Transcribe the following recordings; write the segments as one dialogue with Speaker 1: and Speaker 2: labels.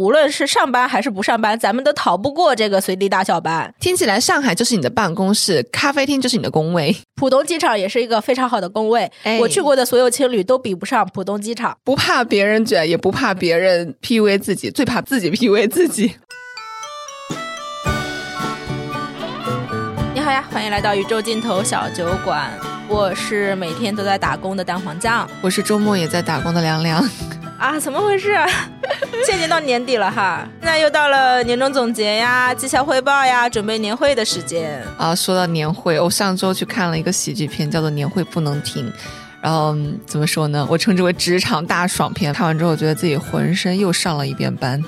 Speaker 1: 无论是上班还是不上班，咱们都逃不过这个随地大小班。
Speaker 2: 听起来上海就是你的办公室，咖啡厅就是你的工位，
Speaker 1: 浦东机场也是一个非常好的工位，
Speaker 2: 哎
Speaker 1: 我去过的所有青旅都比不上浦东机场。
Speaker 2: 不怕别人卷，也不怕别人 PUA 自己，最怕自己 PUA 自己。
Speaker 1: 你好呀，欢迎来到宇宙尽头小酒馆，我是每天都在打工的蛋黄酱
Speaker 2: 我是周末也在打工的凉凉，
Speaker 1: 啊，怎么回事、 啊？现在已经到年底了哈，现在又到了年终总结呀、绩效汇报呀、准备年会的时间。
Speaker 2: 啊，说到年会，我上周去看了一个喜剧片，叫做《年会不能停》。然后嗯怎么说呢？我称之为职场大爽片。看完之后，觉得自己浑身又上了一遍班。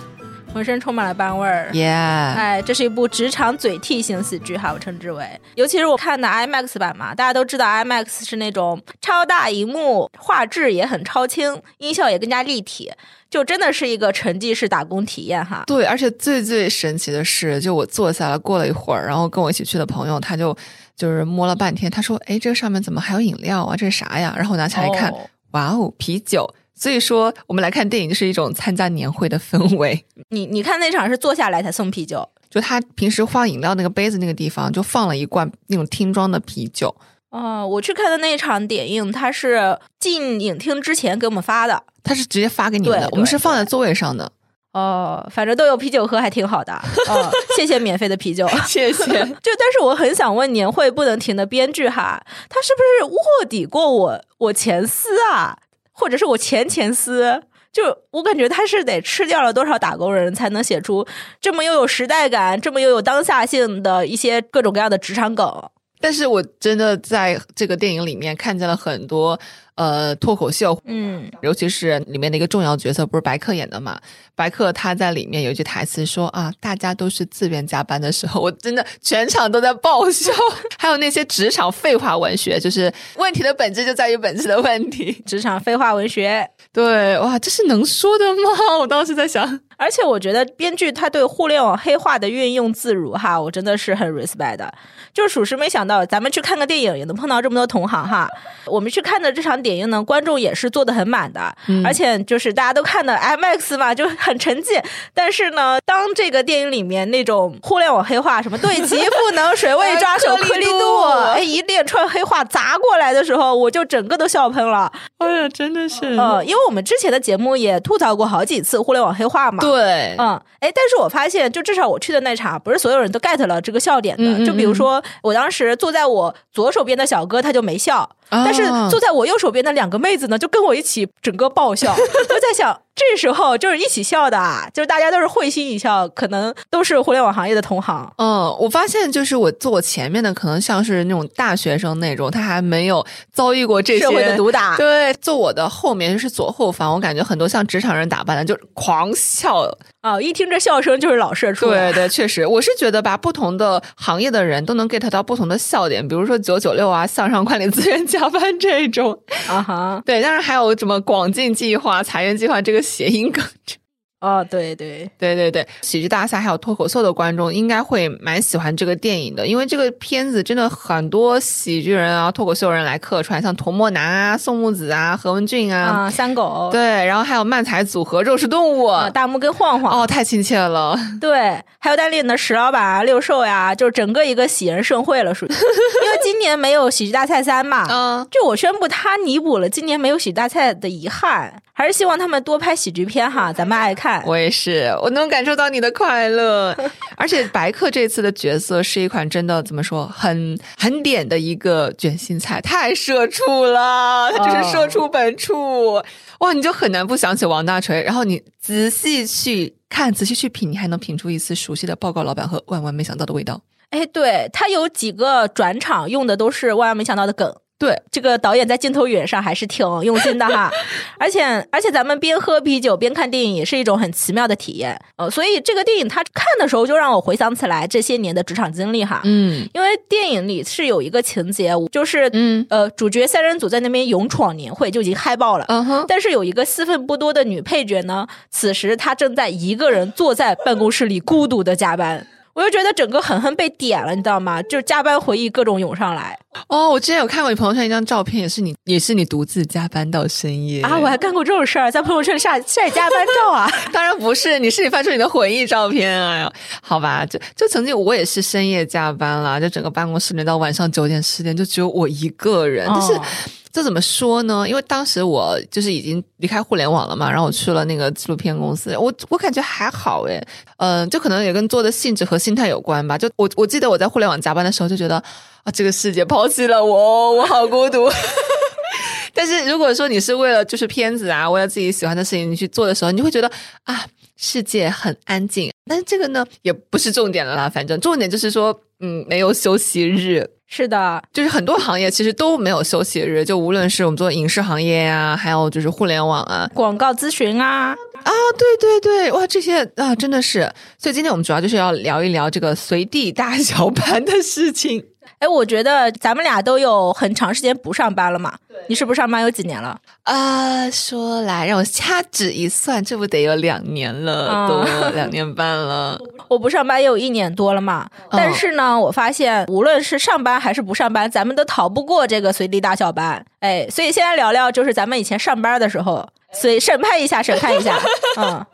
Speaker 1: 浑身充满了班味儿。
Speaker 2: 耶、
Speaker 1: 哎，这是一部职场嘴替型喜剧哈，我称之为。尤其是我看的 IMAX 版嘛，大家都知道 IMAX 是那种超大荧幕，画质也很超清，音效也更加立体，就真的是一个沉浸式打工体验哈。
Speaker 2: 对，而且最最神奇的是，就我坐下来过了一会儿，然后跟我一起去的朋友，他就就是摸了半天，他说：“哎，这个上面怎么还有饮料啊？这是啥呀？”然后我拿起来一看，
Speaker 1: 哦
Speaker 2: 哇哦，啤酒！所以说，我们来看电影就是一种参加年会的氛围。
Speaker 1: 你你看那场是坐下来才送啤酒
Speaker 2: 就他平时放饮料那个杯子那个地方，就放了一罐那种听装的啤酒。
Speaker 1: 哦，我去看的那场点映，它是进影厅之前给我们发的。
Speaker 2: 他是直接发给你们的
Speaker 1: 对，
Speaker 2: 我们
Speaker 1: 对
Speaker 2: 是放在座位上的。
Speaker 1: 哦，反正都有啤酒喝，还挺好的。哦，谢 谢免费的啤酒。
Speaker 2: 谢谢。
Speaker 1: 就但是我很想问年会不能停的编剧哈，他是不是卧底过我我前司啊，或者是我前前司？就我感觉他是得吃掉了多少打工人才能写出这么又有时代感、这么又有当下性的一些各种各样的职场梗。
Speaker 2: 但是我真的在这个电影里面看见了很多呃脱口秀
Speaker 1: 嗯，
Speaker 2: 尤其是里面的一个重要角色，不是白客演的嘛？白客他在里面有一句台词说啊，大家都是自愿加班的时候，我真的全场都在爆笑。 还有那些职场废话文学，就是问题的本质就在于本质的问题。
Speaker 1: 职场废话文学。
Speaker 2: 对，哇，这是能说的吗？ 我当时在想，
Speaker 1: 而且我觉得编剧他对互联网黑化的运用自如哈，我真的是很 respect 的。就是属实没想到，咱们去看个电影也能碰到这么多同行哈。我们去看的这场电影呢，观众也是坐的很满的，而且就是大家都看的 IMAX 嘛，就很沉浸。但是呢，当这个电影里面那种互联网黑话，什么对其不能水位抓手
Speaker 2: 哎颗
Speaker 1: 颗
Speaker 2: 粒
Speaker 1: 粒
Speaker 2: 度
Speaker 1: 度，哎，一连串黑话砸过来的时候，我就整个都笑喷了。
Speaker 2: 哎呀，真的是，
Speaker 1: 呃，因为我们之前的节目也吐槽过好几次互联网黑话嘛，
Speaker 2: 对，
Speaker 1: 嗯，哎，但是我发现，就至少我去的那场，不是所有人都 get 了这个笑点的。
Speaker 2: 嗯嗯
Speaker 1: 就比如说，我当时坐在我左手边的小哥，他就没笑，但是
Speaker 2: 啊
Speaker 1: 坐在我右手边的两个妹子呢，就跟我一起整个爆 笑。我在想，这时候就是一起笑的啊，就是大家都是会心一笑，可能都是互联网行业的同行。
Speaker 2: 嗯，我发现就是我坐我前面的，可能像是那种大学生那种，他还没有遭遇过这些
Speaker 1: 社会的毒打
Speaker 2: 对，坐我的后面是左后方，我感觉很多像职场人打扮的，就是狂笑。
Speaker 1: 啊，一听这笑声就是老社畜。
Speaker 2: 对 对，确实，我是觉得吧，不同的行业的人都能 get 到不同的笑点，比如说九九六啊，向上管理资源加班这种。
Speaker 1: 啊哈，
Speaker 2: 对，当然还有什么广进计划、裁员计划这个谐音梗。
Speaker 1: 哦，对对，
Speaker 2: 对对对，喜剧大赛还有脱口秀的观众应该会蛮喜欢这个电影的，因为这个片子真的很多喜剧人啊、脱口秀人来客串，像童漠男啊、宋木子啊、何文俊啊，
Speaker 1: 啊，三狗，
Speaker 2: 对，然后还有漫才组合肉食动物，
Speaker 1: 啊，大木跟晃晃，
Speaker 2: 哦，太亲切了，
Speaker 1: 对，还有单立人的石老板啊、六兽呀、就是整个一个喜人盛会了，属于。因为今年没有喜剧大赛三嘛，
Speaker 2: 嗯，
Speaker 1: 就我宣布他弥补了今年没有喜剧大赛的遗憾，还是希望他们多拍喜剧片哈，咱们爱看。
Speaker 2: 我也是，我能感受到你的快 乐，而且白客这次的角色是一款真的怎么说，很很点的一个卷心菜，太社畜了，他就是社畜本畜，哇，你就很难不想起王大锤，然后你仔细去看，仔细去品，你还能品出一丝熟悉的报告老板和万万没想到的味道。
Speaker 1: 哎，对他有几个转场用的都是万万没想到的梗。
Speaker 2: 对，
Speaker 1: 这个导演在镜头语言上还是挺用心的哈，而且而且咱们边喝啤酒边看电影也是一种很奇妙的体验，呃，所以这个电影它看的时候就让我回想起来这些年的职场经历哈，
Speaker 2: 嗯
Speaker 1: 因为电影里是有一个情节，就是、
Speaker 2: 嗯
Speaker 1: 呃，主角三人组在那边勇闯年会就已经嗨爆了。
Speaker 2: 嗯哼，
Speaker 1: 但是有一个戏份不多的女配角呢，此时她正在一个人坐在办公室里孤独的加班。我就觉得整个狠狠被点了，你知道吗？就是加班回忆各种涌上来
Speaker 2: 哦，我之前有看过你朋友圈一张照片，也是你，也是你独自加班到深夜
Speaker 1: 啊！我还干过这种事儿，在朋友圈晒晒加班照 啊！
Speaker 2: 当然不是，你是你发出你的回忆照片啊，好吧？就就曾经我也是深夜加班啦，就整个办公室里到晚上九点十点，就只有我一个人，但是。
Speaker 1: 哦
Speaker 2: 这怎么说呢？因为当时我就是已经离开互联网了嘛，然后我去了那个纪录片公司，我我感觉还好诶，嗯、就可能也跟做的性质和心态有关吧。就我我记得我在互联网加班的时候，就觉得啊，这个世界抛弃了我，我好孤独。但是如果说你是为了就是片子啊，为了自己喜欢的事情你去做的时候，你就会觉得啊，世界很安静。但是这个呢，也不是重点了啦，反正重点就是说，嗯，没有休息日。
Speaker 1: 是的，
Speaker 2: 就是很多行业其实都没有休息日，就无论是我们做影视行业呀、还有就是互联网啊，
Speaker 1: 广告咨询啊，
Speaker 2: 啊，对对对，哇，这些啊，真的是，所以今天我们主要就是要聊一聊这个随地大小盘的事情。
Speaker 1: 哎，我觉得咱们俩都有很长时间不上班了嘛。你是不是上班有几年了？
Speaker 2: 啊，说来让我掐指一算，这不得有两年了，都、
Speaker 1: 啊
Speaker 2: 两年半了。
Speaker 1: 我不上班也有一年多了嘛。
Speaker 2: 嗯
Speaker 1: 但是呢，我发现无论是上班还是不上班，咱们都逃不过这个随地大小班。哎，所以现在聊聊就是咱们以前上班的时
Speaker 2: 哎
Speaker 1: 候，所以审判一下，审判一 下。嗯，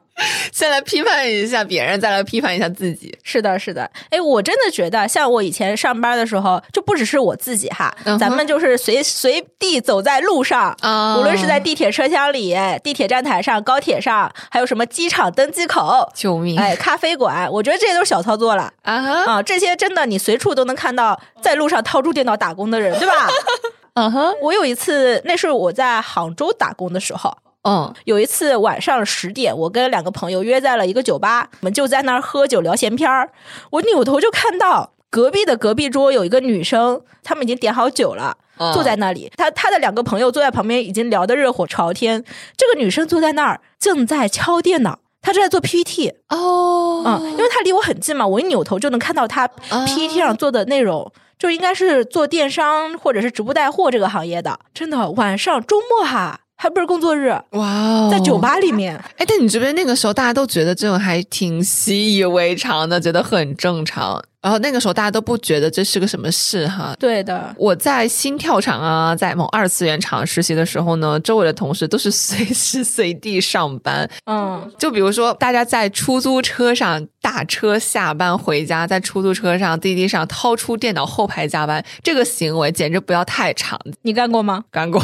Speaker 2: 先来批判一下别人，再来批判一下自己。
Speaker 1: 是的，是的。哎，我真的觉得，像我以前上班的时候，就不只是我自己哈，
Speaker 2: 嗯哼
Speaker 1: 咱们就是随随地走在路上，
Speaker 2: 啊
Speaker 1: 无论是在地铁车厢里、哎地铁站台上、高铁上，还有什么机场登机口，
Speaker 2: 救命！
Speaker 1: 哎，咖啡馆，我觉得这些都是小操作了
Speaker 2: 啊 哈
Speaker 1: 啊！这些真的你随处都能看到在路上掏出电脑打工的人，对吧？
Speaker 2: 啊哈，
Speaker 1: 我有一次，那是我在杭州打工的时候。
Speaker 2: 嗯
Speaker 1: 有一次晚上十点，我跟两个朋友约在了一个酒吧，我们就在那儿喝酒聊闲篇儿。我扭头就看到隔壁的隔壁桌有一个女生，他们已经点好酒了。
Speaker 2: 嗯
Speaker 1: 坐在那里，她她的两个朋友坐在旁边，已经聊得热火朝天。这个女生坐在那儿，正在敲电脑，她正在做 PPT，
Speaker 2: 哦啊
Speaker 1: 嗯，因为她离我很近嘛，我一扭头就能看到她 PPT 上做的内容，就应该是做电商或者是直播带货这个行业的。真的，晚上周末哈，还不是工作日，
Speaker 2: 哇哦，
Speaker 1: 在酒吧里面，
Speaker 2: 哎，但你这边那个时候大家都觉得这种还挺习以为常的，觉得很正常。然后那个时候大家都不觉得这是个什么事哈。
Speaker 1: 对的，
Speaker 2: 我在新跳场啊，在某二次元厂实习的时候呢，周围的同事都是随时随地上班。
Speaker 1: 嗯，
Speaker 2: 就比如说，大家在出租车上打车下班回家，在出租车上、滴滴上掏出电脑后排加班，这个行为简直不要太长，
Speaker 1: 你干过吗？
Speaker 2: 干过。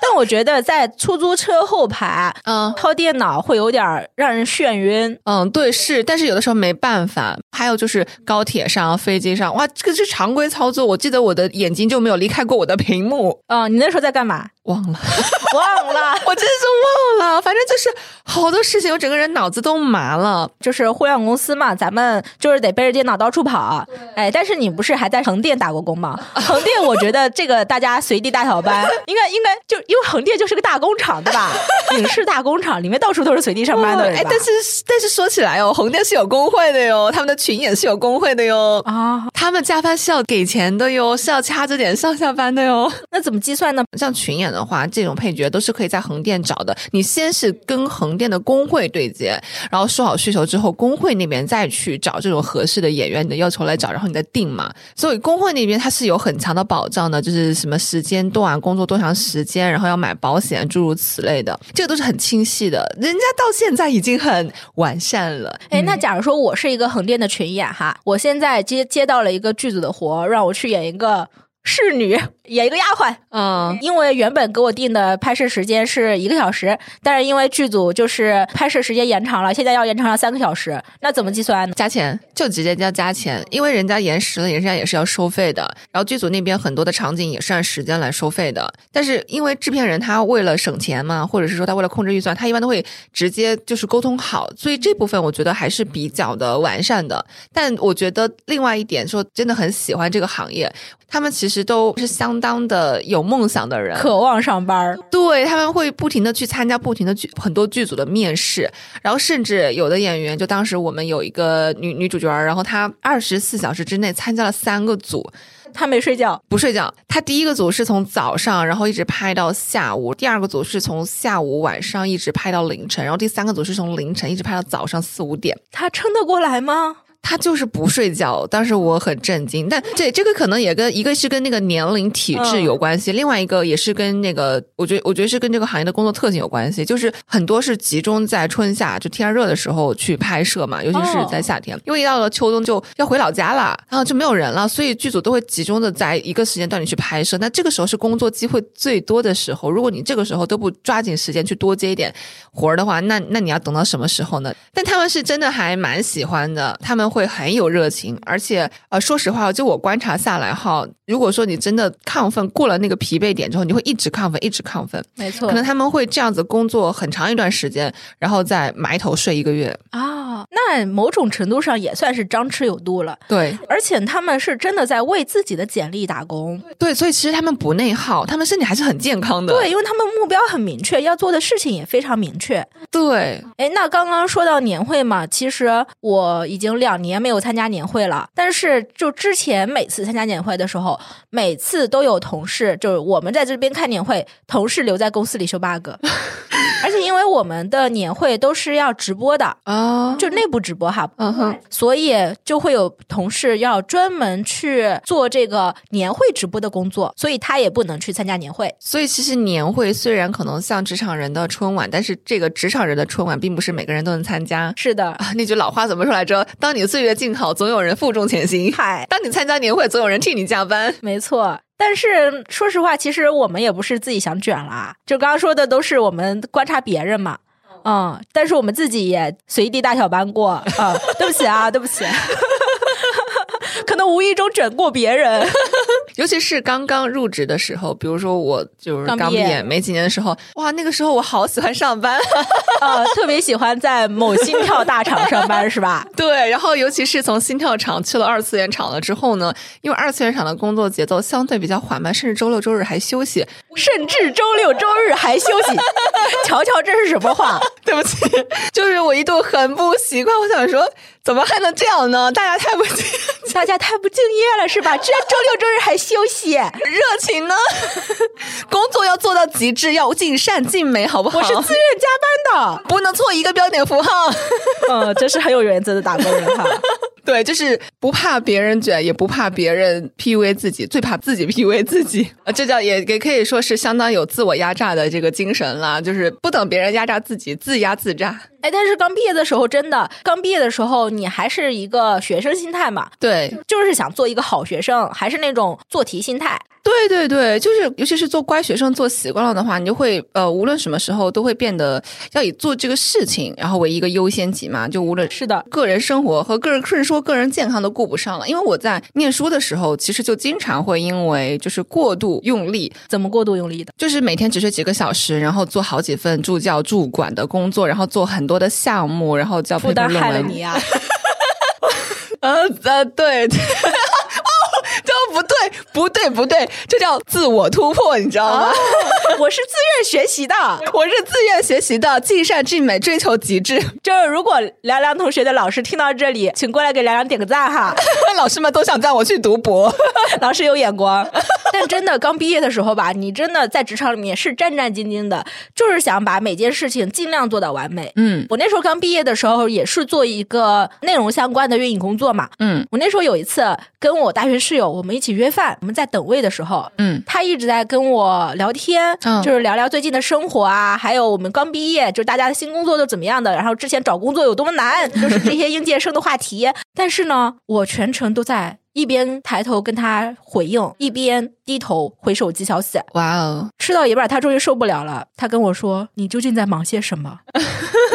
Speaker 1: 但我觉得在出租车后排
Speaker 2: 嗯，
Speaker 1: 掏电脑会有点儿让人眩晕。
Speaker 2: 嗯，对，是，但是有的时候没办法。还有就是高铁上、飞机上，哇，这个是常规操作。我记得我的眼睛就没有离开过我的屏幕，
Speaker 1: 嗯，你那时候在干嘛？
Speaker 2: 忘了，
Speaker 1: 忘了，
Speaker 2: 我真是忘了。反正就是好多事情，我整个人脑子都麻了。
Speaker 1: 就是互联网公司嘛，咱们就是得背着电脑到处跑。哎，但是你不是还在横店打过工吗？横店，我觉得这个大家随地大小班，应该应该就因为横店就是个大工厂，对吧？影视大工厂里面到处都是随地上班的人吧。
Speaker 2: 哎，但是但是说起来哦，横店是有工会的哟，他们的群演是有工会的哟，
Speaker 1: 啊，
Speaker 2: 他们加班是要给钱的哟，是要掐着点上下班的哟。
Speaker 1: 那怎么计算呢？
Speaker 2: 像群演的话，这种配角都是可以在横店找的。你先是跟横店的工会对接，然后说好需求之后，工会那边再去找这种合适的演员，你的要求来找，然后你再定嘛。所以工会那边它是有很强的保障的，就是什么时间段、工作多长时间，然后要买保险，诸如此类的，这个都是很清晰的。人家到现在已经很完善了。
Speaker 1: 哎，那假如说我是一个横店的群演哈，我现在接接到了一个剧组的活，让我去演一个侍女，演一个丫鬟，
Speaker 2: 嗯，
Speaker 1: 因为原本给我定的拍摄时间是一个小时，但是因为剧组就是拍摄时间延长了，现在要延长到三个小时，那怎么计算呢？
Speaker 2: 加钱就直接要加钱，因为人家延时了，人家也是要收费的。然后剧组那边很多的场景也是按时间来收费的，但是因为制片人他为了省钱嘛，或者是说他为了控制预算，他一般都会直接就是沟通好，所以这部分我觉得还是比较的完善的。但我觉得另外一点说，真的很喜欢这个行业，他们其实都是相当的有梦想的人，
Speaker 1: 渴望上班儿，
Speaker 2: 对，他们会不停的去参加不停的剧很多剧组的面试，然后甚至有的演员，就当时我们有一个女女主角儿，然后她二十四小时之内参加了三个组，
Speaker 1: 他没睡觉，
Speaker 2: 不睡觉。她第一个组是从早上，然后一直拍到下午；第二个组是从下午晚上一直拍到凌晨；然后第三个组是从凌晨一直拍到早上四五点。
Speaker 1: 他撑得过来吗？
Speaker 2: 他就是不睡觉，当时我很震惊。但这这个可能也跟一个是跟那个年龄体质有关系，另外一个也是跟那个，我觉得我觉得是跟这个行业的工作特性有关系。就是很多是集中在春夏就天热的时候去拍摄嘛，尤其是在夏天，因为一到了秋冬就要回老家了，然后就没有人了，所以剧组都会集中的在一个时间段里去拍摄。那这个时候是工作机会最多的时候，如果你这个时候都不抓紧时间去多接一点活儿的话，那那你要等到什么时候呢？但他们是真的还蛮喜欢的，他们会很有热情，而且呃，说实话，就我观察下来哈，如果说你真的亢奋过了那个疲惫点之后，你会一直亢奋，一直亢奋，
Speaker 1: 没错
Speaker 2: 可能他们会这样子工作很长一段时间，然后再埋头睡一个月。
Speaker 1: 啊，那某种程度上也算是张弛有度了。
Speaker 2: 对
Speaker 1: 而且他们是真的在为自己的简历打工，
Speaker 2: 对，所以其实他们不内耗，他们身体还是很健康的。
Speaker 1: 对，因为他们目标很明确，要做的事情也非常明确。
Speaker 2: 对，
Speaker 1: 哎，那刚刚说到年会嘛，其实我已经两年没有参加年会了，但是就之前每次参加年会的时候，每次都有同事，就是我们在这边看年会，同事留在公司里修 bug，而且因为我们的年会都是要直播的，
Speaker 2: 啊，
Speaker 1: 就内部直播哈，
Speaker 2: 嗯哼，
Speaker 1: 所以就会有同事要专门去做这个年会直播的工作，所以他也不能去参加年会。
Speaker 2: 所以其实年会虽然可能像职场人的春晚，但是这个职场人的春晚并不是每个人都能参加。
Speaker 1: 是的，
Speaker 2: 啊，那句老话怎么说来着？当你岁月静好，总有人负重前行；
Speaker 1: 嗨，
Speaker 2: 当你参加年会，总有人替你加班。
Speaker 1: 没错。但是说实话，其实我们也不是自己想卷啦，就刚刚说的都是我们观察别人嘛。嗯，但是我们自己也随地大小班过啊、嗯对不起啊，对不起， 可能无意中卷过别人。
Speaker 2: 尤其是刚刚入职的时候，比如说我就是
Speaker 1: 刚
Speaker 2: 刚毕
Speaker 1: 毕业
Speaker 2: 业没几年的时候，哇，那个时候我好喜欢上班。
Speaker 1: 呃，特别喜欢在某心跳大厂上班是 吧？
Speaker 2: 对，然后尤其是从心跳厂去了二次元厂了之后呢，因为二次元厂的工作节奏相对比较缓慢，甚至周六周日还休息。
Speaker 1: 甚至周六周日还休息。瞧瞧，这是什么话？
Speaker 2: 对不起，就是我一度很不习惯，我想说怎么还能这样呢？大家太不 热
Speaker 1: 大家太不敬业了是吧？居然周六周日还休息，
Speaker 2: 情呢，工作要做到极致，要尽善尽美，好不好？
Speaker 1: 我是自愿加班的。
Speaker 2: 不能错一个标点符号。
Speaker 1: 嗯，真是很有原则的打工人哈。
Speaker 2: 对，就是不怕别人卷，也不怕别人 PUA 自己，最怕自己 PUA 自己。呃，这叫也也可以说是相当有自我压榨的这个精神啦，就是不等别人压榨自己，自压自榨。
Speaker 1: 哎，但是刚毕业的时候，真的刚毕业的时候，你还是一个学生心态嘛，
Speaker 2: 对，
Speaker 1: 就是想做一个好学生，还是那种做题心态。
Speaker 2: 对对对，就是尤其是做乖学生做习惯了的话，你就会呃，无论什么时候都会变得要以做这个事情，然后为一个优先级嘛。就无论
Speaker 1: 是的，
Speaker 2: 个人生活和个人甚至说个人健康都顾不上了，因为我在念书的时候，其实就经常会因为就是过度用力，
Speaker 1: 怎么过度用力的？
Speaker 2: 就是每天只睡几个小时，然后做好几份助教、助管的工作，然后做很多的项目，然后交
Speaker 1: 负
Speaker 2: 配论
Speaker 1: 担害了
Speaker 2: 文。
Speaker 1: 你啊呀、
Speaker 2: 呃呃，对， 对哦，这不对，不对，不对，这叫自我突破，你知道
Speaker 1: 啊
Speaker 2: 吗？
Speaker 1: 我是自愿学习的。
Speaker 2: 我是自愿学习的，尽善尽美，追求极致。
Speaker 1: 就是如果凉凉同学的老师听到这里，请过来给凉凉点个赞哈。
Speaker 2: 老师们都想带我去读博。
Speaker 1: 老师有眼光。 但真的，刚毕业的时候吧，你真的在职场里面是战战兢兢的，就是想把每件事情尽量做到完美。
Speaker 2: 嗯
Speaker 1: 我那时候刚毕业的时候，也是做一个内容相关的运营工作嘛。
Speaker 2: 嗯
Speaker 1: 我那时候有一次跟我大学室友，我们一起约饭，我们在等位的时候，
Speaker 2: 嗯
Speaker 1: 他一直在跟我聊天，
Speaker 2: 嗯
Speaker 1: 就是聊聊最近的生活啊，还有我们刚毕业，就是大家的新工作都怎么样的，然后之前找工作有多么难，就是这些应届生的话题。 但是呢，我全程都在一边抬头跟他回应，一边低头回手机消息。
Speaker 2: 哇哦，
Speaker 1: 吃到一半，他终于受不了了，他跟我说：“你究竟在忙些什么？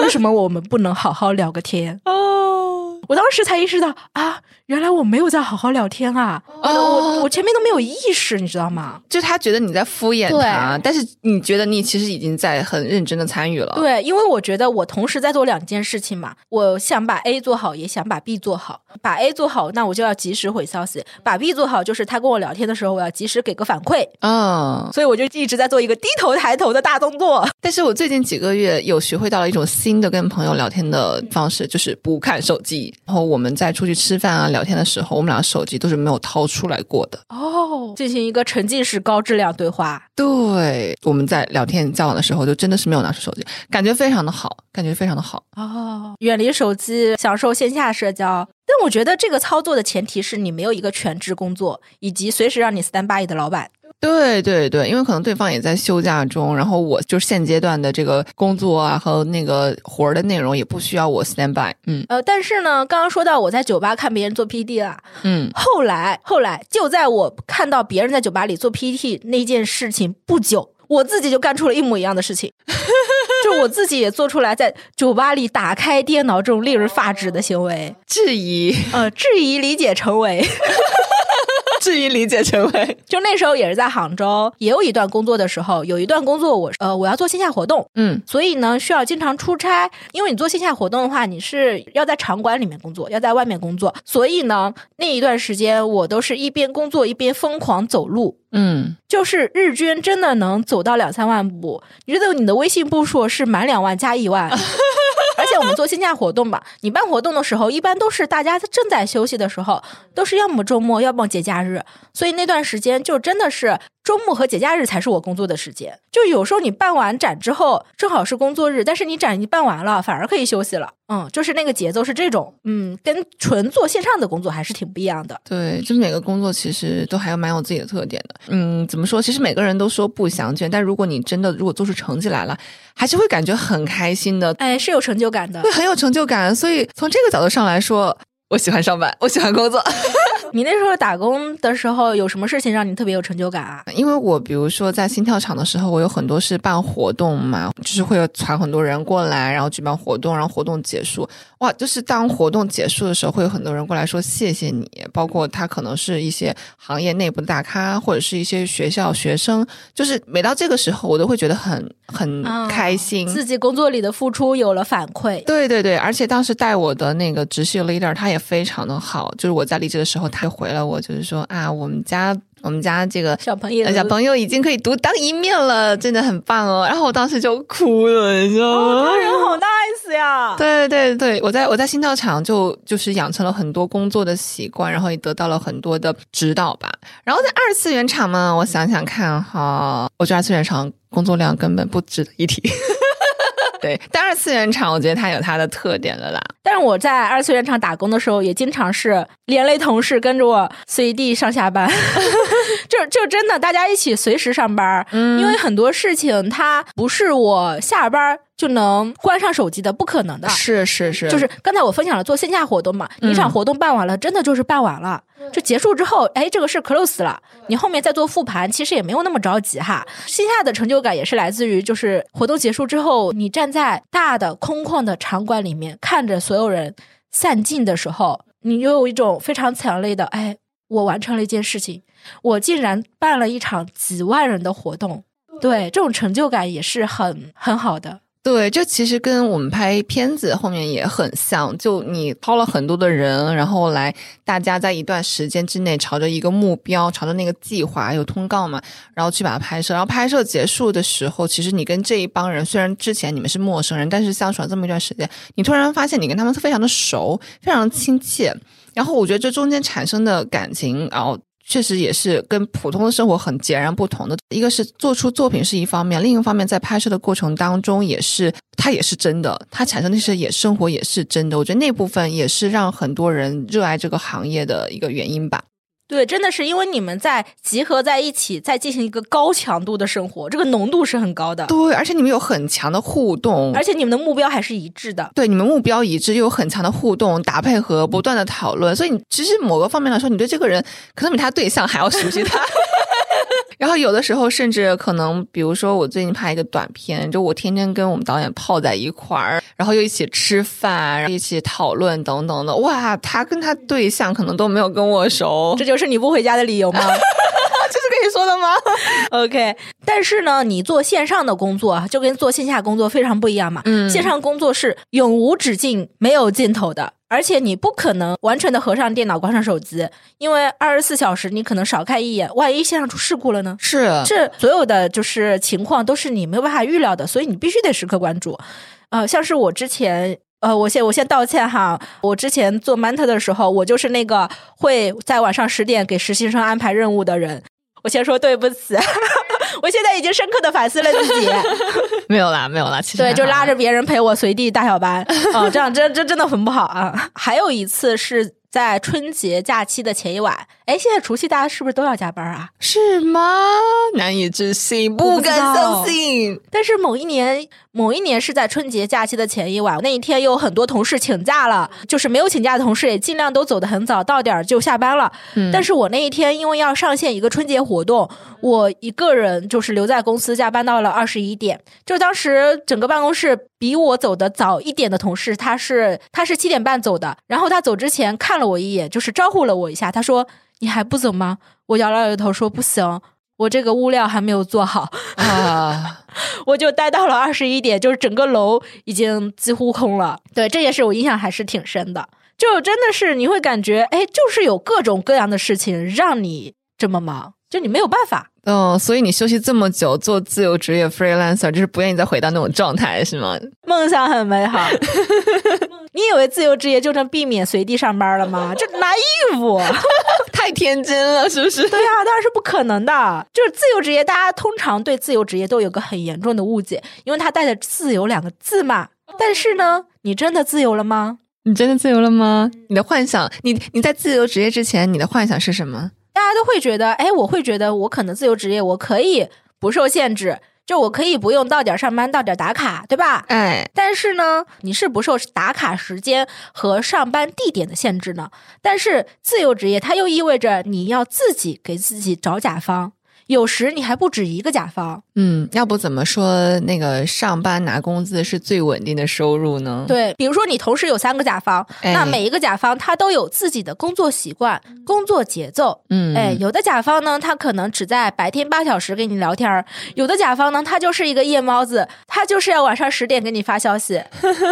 Speaker 1: 为什么我们不能好好聊个天？”
Speaker 2: 哦，
Speaker 1: 我当时才意识到啊，原来我没有在好好聊天啊！我
Speaker 2: 哦
Speaker 1: 我我前面都没有意识，你知道吗？
Speaker 2: 就他觉得你在敷衍他，但是你觉得你其实已经在很认真的参与了。
Speaker 1: 对，因为我觉得我同时在做两件事情嘛，我想把 A 做好，也想把 B 做好。把 A 做好，那我就要及时回消息；把 B 做好，就是他跟我聊天的时候，我要及时给个反馈。
Speaker 2: 嗯，
Speaker 1: 所以我就一直在做一个低头抬头的大动作。
Speaker 2: 但是我最近几个月有学会到了一种新的跟朋友聊天的方式，就是不看手机。然后我们在出去吃饭啊、聊天的时候，我们俩手机都是没有掏出来过的。
Speaker 1: 哦，进行一个沉浸式高质量对话。
Speaker 2: 对，我们在聊天交往的时候，就真的是没有拿出手机，感觉非常的好，感觉非常的好。
Speaker 1: 哦，远离手机，享受线下社交。但我觉得这个操作的前提是你没有一个全职工作，以及随时让你 stand by 的老板。
Speaker 2: 对对对，因为可能对方也在休假中，然后我就是现阶段的这个工作啊和那个活儿的内容也不需要我 stand by。嗯
Speaker 1: 呃，但是呢，刚刚说到我在酒吧看别人做 PPT 啦，
Speaker 2: 嗯，
Speaker 1: 后来后来就在我看到别人在酒吧里做 PPT 那件事情不久，我自己就干出了一模一样的事情， 就我自己也做出来在酒吧里打开电脑这种令人发指的行为，
Speaker 2: 质疑
Speaker 1: 呃，质疑理解成为。
Speaker 2: 质疑理解成为
Speaker 1: 就那时候也是在杭州，也有一段工作的时候，有一段工作我呃我要做线下活动，
Speaker 2: 嗯
Speaker 1: 所以呢需要经常出差，因为你做线下活动的话，你是要在场馆里面工作，要在外面工作，所以呢那一段时间我都是一边工作一边疯狂走路。
Speaker 2: 嗯
Speaker 1: 就是日均真的能走到两三万步，你觉得你的微信步数是满两万加一 万，而且我们做线下活动吧，你办活动的时候，一般都是大家正在休息的时候，都是要么周末，要么节假日，所以那段时间就真的是周末和节假日才是我工作的时间。就有时候你办完展之后，正好是工作日，但是你展已经办完了，反而可以休息了。嗯，就是那个节奏是这种，嗯，跟纯做线上的工作还是挺不一样的。
Speaker 2: 对，就每个工作其实都还蛮有自己的特点的。嗯，怎么说？其实每个人都说不详倦，但如果你真的如果做出成绩来了，还是会感觉很开心的，
Speaker 1: 哎，是有成就感的
Speaker 2: 会。很有成就感。所以从这个角度上来说，我喜欢上班，我喜欢工作。
Speaker 1: 你那时候打工的时候，有什么事情让你特别有成就感啊？
Speaker 2: 因为我比如说在心跳场的时候，我有很多是办活动嘛，就是会有传很多人过来，然后举办活动，然后活动结束，哇，就是当活动结束的时候，会有很多人过来说谢谢你，包括他可能是一些行业内部的大咖，或者是一些学校学生，就是每到这个时候，我都会觉得很很
Speaker 1: 啊
Speaker 2: 开心。
Speaker 1: 自己工作里的付出有了反馈，
Speaker 2: 嗯对对对，而且当时带我的那个直系 leader 他也非常的好，就是我在离职的时候，他就回了我，就是说啊，我们家我们家这个
Speaker 1: 小朋友，
Speaker 2: 小朋友已经可以独当一面了，真的很棒 哦。然后我当时就哭了，你知道吗？
Speaker 1: 人好 nice 呀。
Speaker 2: 对对对，我在我在新道场就就是养成了很多工作的习惯，然后也得到了很多的指导吧。然后在二次元场嘛，我想想看哈，我觉得二次元场工作量根本不值得一提。 对，但二次元场我觉得它有它的特点了啦。
Speaker 1: 但是我在二次元厂打工的时候，也经常是连累同事跟着我随地上下 班，就就真的大家一起随时上班，
Speaker 2: 嗯
Speaker 1: 因为很多事情它不是我下班就能关上手机的，不可能的。
Speaker 2: 是是是，
Speaker 1: 就是刚才我分享了做线下活动嘛，
Speaker 2: 嗯
Speaker 1: 一场活动办完了，真的就是办完了，就结束之后，哎，这个事 close 了，你后面再做复盘，其实也没有那么着急哈。线下的成就感也是来自于，就是活动结束之后，你站在大的空旷的场馆里面，看着所有人散尽的时候，你又有一种非常强烈的，哎，我完成了一件事情，我竟然办了一场几万人的活动。对，这种成就感也是很很好的。
Speaker 2: 对，这其实跟我们拍片子后面也很像，就你抛了很多的人，然后来大家在一段时间之内朝着一个目标，朝着那个计划有通告嘛，然后去把它拍摄，然后拍摄结束的时候，其实你跟这一帮人虽然之前你们是陌生人，但是相处了这么一段时间，你突然发现你跟他们非常的熟，非常亲切，然后我觉得这中间产生的感情，然后确实也是跟普通的生活很截然不同的。一个是做出作品是一方面，另一方面在拍摄的过程当中也是，它也是真的，它产生的是也生活也是真的。我觉得那部分也是让很多人热爱这个行业的一个原因吧。
Speaker 1: 对，真的是因为你们在集合在一起，在进行一个高强度的生活，这个浓度是很高的，
Speaker 2: 对，而且你们有很强的互动，
Speaker 1: 而且你们的目标还是一致的。
Speaker 2: 对你们目标一致，又有很强的互动、打配合、不断的讨论，所以你其实某个方面来说，你对这个人可能比他对象还要熟悉他。 然后有的时候甚至可能，比如说我最近拍一个短片，就我天天跟我们导演泡在一块儿，然后又一起吃饭，然后一起讨论等等的。哇，他跟他对象可能都没有跟我熟，
Speaker 1: 这就是你不回家的理由 吗
Speaker 2: 这是可以说的吗？
Speaker 1: ？OK，但是呢，你做线上的工作啊，就跟做线下工作非常不一样嘛。
Speaker 2: 嗯
Speaker 1: 线上工作是永无止境、没有尽头的，而且你不可能完全的合上电脑、关上手机，因为二十四小时你可能少看一眼，万一线上出事故了呢？
Speaker 2: 是，
Speaker 1: 这所有的就是情况都是你没有办法预料的，所以你必须得时刻关注。呃，像是我之前。呃，我先我先道歉哈，我之前做 mentor 的时候，我就是那个会在晚上十点给实习生安排任务的人。我先说对不起， 我现在已经深刻的反思了自己，
Speaker 2: 没有啦，没有啦，其实
Speaker 1: 对，就
Speaker 2: 还好
Speaker 1: 拉着别人陪我随地大小班，哦，这样真真真的很不好啊。还有一次是在春节假期的前一晚，哎，现在除夕大家是不是都要加班啊？
Speaker 2: 是吗？难以置信，不敢相信。
Speaker 1: 但是某一年，某一年是在春节假期的前一晚，那一天有很多同事请假了，就是没有请假的同事也尽量都走得很早，到点儿就下班了。
Speaker 2: 嗯
Speaker 1: 但是我那一天因为要上线一个春节活动，我一个人就是留在公司加班到了二十一点。就当时整个办公室比我走的早一点的同事，他是他是七点半走的，然后他走之前看了我一眼，就是招呼了我一下，他说：“你还不走吗？”我摇了摇头说：“不行。”我这个物料还没有做好，
Speaker 2: 啊，
Speaker 1: 我就待到了二十一点，就是整个楼已经几乎空了。对这件事，我印象还是挺深的。就真的是你会感觉，哎，就是有各种各样的事情让你这么忙，就你没有办法。
Speaker 2: 哦，所以你休息这么久，做自由职业 freelancer，就是不愿意再回到那种状态，是吗？
Speaker 1: 梦想很美 好，你以为自由职业就能避免随地上班了吗？这 naive。
Speaker 2: 太天真了，是不是？
Speaker 1: 啊对啊，当然是不可能的。就是自由职业，大家通常对自由职业都有个很严重的误解，因为它带着“自由”两个字嘛。但是呢，你真的自由了吗？
Speaker 2: 你真的自由了吗？你的幻想，你你在自由职业之前，你的幻想是什么？
Speaker 1: 大家都会觉得，哎，我会觉得我可能自由职业，我可以不受限制，就我可以不用到点儿上班，到点儿打卡，对吧？
Speaker 2: 哎，
Speaker 1: 但是呢，你是不受打卡时间和上班地点的限制呢。但是自由职业，它又意味着你要自己给自己找甲方，有时你还不止一个甲方。
Speaker 2: 嗯，要不怎么说那个上班拿工资是最稳定的收入呢？，
Speaker 1: 对，比如说你同时有三个甲方，
Speaker 2: 哎
Speaker 1: 那每一个甲方他都有自己的工作习惯、工作节奏。
Speaker 2: 嗯，
Speaker 1: 哎，有的甲方呢，他可能只在白天八小时跟你聊天儿；有的甲方呢，他就是一个夜猫子，他就是要晚上十点给你发消 息，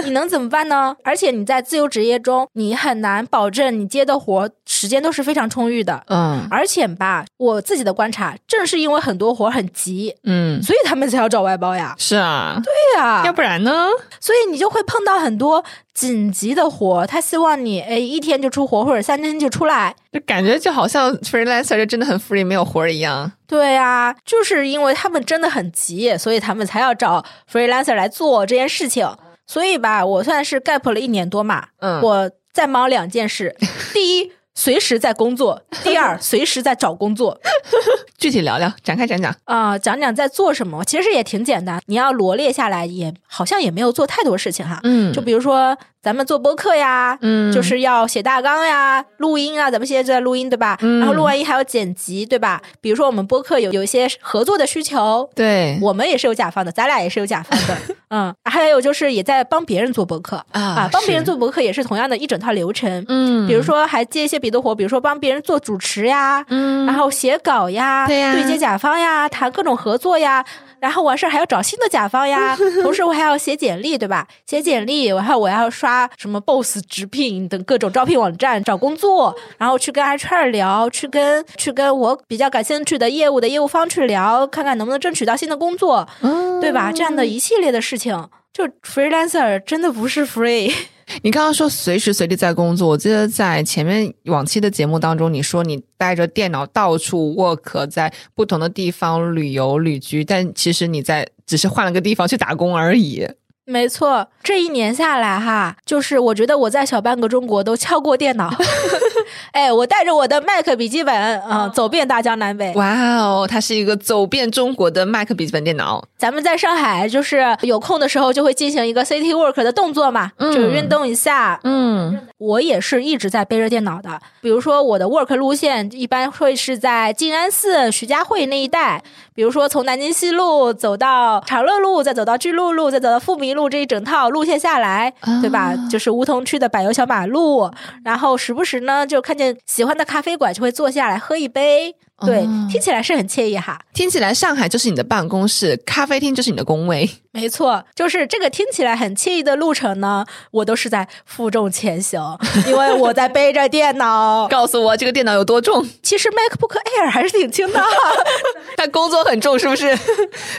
Speaker 1: 你能怎么办呢？而且你在自由职业中，你很难保证你接的活时间都是非常充裕的。
Speaker 2: 嗯
Speaker 1: 而且吧，我自己的观察，正是因为很多活很急，
Speaker 2: 嗯，
Speaker 1: 所以他们才要找外包呀。
Speaker 2: 是啊，
Speaker 1: 对呀、
Speaker 2: 要不然呢？
Speaker 1: 所以你就会碰到很多紧急的活，他希望你哎一天就出活，或者三天就出来。
Speaker 2: 就感觉就好像 freelancer 就真的很 free 没有活儿一样。
Speaker 1: 对呀、就是因为他们真的很急，所以他们才要找 freelancer 来做这件事情。所以吧，我算是 gap 了一年多嘛，
Speaker 2: 嗯
Speaker 1: 我在忙两件事：第一，随时在工作；第二，随时在找工作。
Speaker 2: 具体聊聊，展开讲讲。
Speaker 1: 啊、讲讲在做什么，其实也挺简单。你要罗列下来也，好像也没有做太多事情哈。
Speaker 2: 嗯
Speaker 1: 就比如说咱们做播客呀，
Speaker 2: 嗯
Speaker 1: 就是要写大纲呀、录音啊，咱们现在就在录音对吧？
Speaker 2: 嗯
Speaker 1: 然后录完音还要剪辑对吧？比如说我们播客有有一些合作的需求。
Speaker 2: 对
Speaker 1: 我们也是有甲方的，咱俩也是有甲方的， 嗯，还有就是也在帮别人做博客
Speaker 2: 啊
Speaker 1: 啊，帮别人
Speaker 2: 是
Speaker 1: 做博客也是同样的一整套流程，
Speaker 2: 嗯
Speaker 1: 比如说还接一些别的活，比如说帮别人做主持呀，
Speaker 2: 嗯
Speaker 1: 然后写稿呀，
Speaker 2: 对呀
Speaker 1: 接甲方呀，谈各种合作呀，然后完事儿还要找新的甲方 呀，同时我还要写简历，对吧？写简历，然后我要刷什么 Boss 直聘等各种招聘网站找工作，然后去跟 HR 聊，去跟去跟我比较感兴趣的业务的业务方去聊，看看能不能争取到新的工作，
Speaker 2: 嗯
Speaker 1: 对吧？这样的一系列的事情。就 freelancer 真的不是 free，
Speaker 2: 你刚刚说随时随地在工作，我记得在前面往期的节目当中，你说你带着电脑到处 work，在不同的地方旅游旅居，但其实你在只是换了个地方去打工而已。
Speaker 1: 没错，这一年下来哈，就是我觉得我在小半个中国都敲过电脑。 哎，我带着我的 Mac 笔记本，嗯、走遍大江南北。
Speaker 2: 哇哦，它是一个走遍中国的 Mac 笔记本电脑。
Speaker 1: 咱们在上海就是有空的时候就会进行一个 City Work 的动作嘛，
Speaker 2: 嗯
Speaker 1: 就是运动一下。
Speaker 2: 嗯
Speaker 1: 我也是一直在背着电脑的，比如说我的 work 路线一般会是在静安寺、徐家汇那一带，比如说从南京西路走到长乐路，再走到巨鹿路，再走到富民路这一整套路线下来，
Speaker 2: 啊
Speaker 1: 对吧？就是梧桐区的柏油小马路，然后时不时呢就看见喜欢的咖啡馆就会坐下来喝一杯，对，
Speaker 2: 哦
Speaker 1: 听起来是很惬意哈。
Speaker 2: 听起来上海就是你的办公室，咖啡厅就是你的工位。
Speaker 1: 没错，就是这个听起来很惬意的路程呢，我都是在负重前行，因为我在背着电脑。
Speaker 2: 告诉我这个电脑有多重？
Speaker 1: 其实 MacBook Air 还是挺轻的，
Speaker 2: 它工作很重是不是？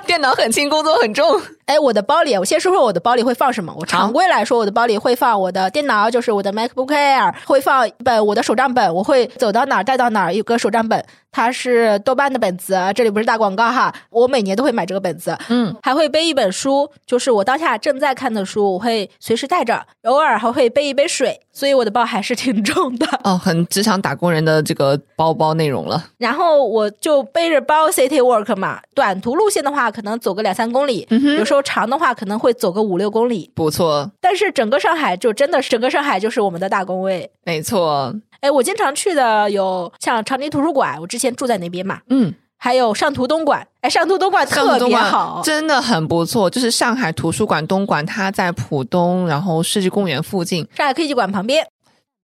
Speaker 2: 电脑很轻，工作很重。
Speaker 1: 哎，我的包里，我先说说我的包里会放什么。我常规来说，我的包里会放我的电脑，就是我的 MacBook Air，会放一本我的手账本，我会走到哪儿带到哪儿有个手账本，它是豆瓣的本子，这里不是打广告哈，我每年都会买这个本子，
Speaker 2: 嗯，
Speaker 1: 还会背一本书，就是我当下正在看的书，我会随时带着，偶尔还会背一杯水，所以我的包还是挺重的。
Speaker 2: 哦，很职场打工人的这个包包内容了。
Speaker 1: 然后我就背着包 city walk 嘛，短途路线的话可能走个两三公里，有时候长的话可能会走个五六公里。
Speaker 2: 不错，
Speaker 1: 但是整个上海就真的是整个上海就是我们的大工位。
Speaker 2: 没错，
Speaker 1: 哎，我经常去的有像长宁图书馆，我之前住在那边嘛，
Speaker 2: 嗯，
Speaker 1: 还有上图东馆，哎，上图东馆
Speaker 2: 上
Speaker 1: 特
Speaker 2: 东
Speaker 1: 别
Speaker 2: 莞
Speaker 1: 好，
Speaker 2: 真的很不错。就是上海图书馆东馆，它在浦东，然后世纪公园附近。
Speaker 1: 上海科技馆旁边。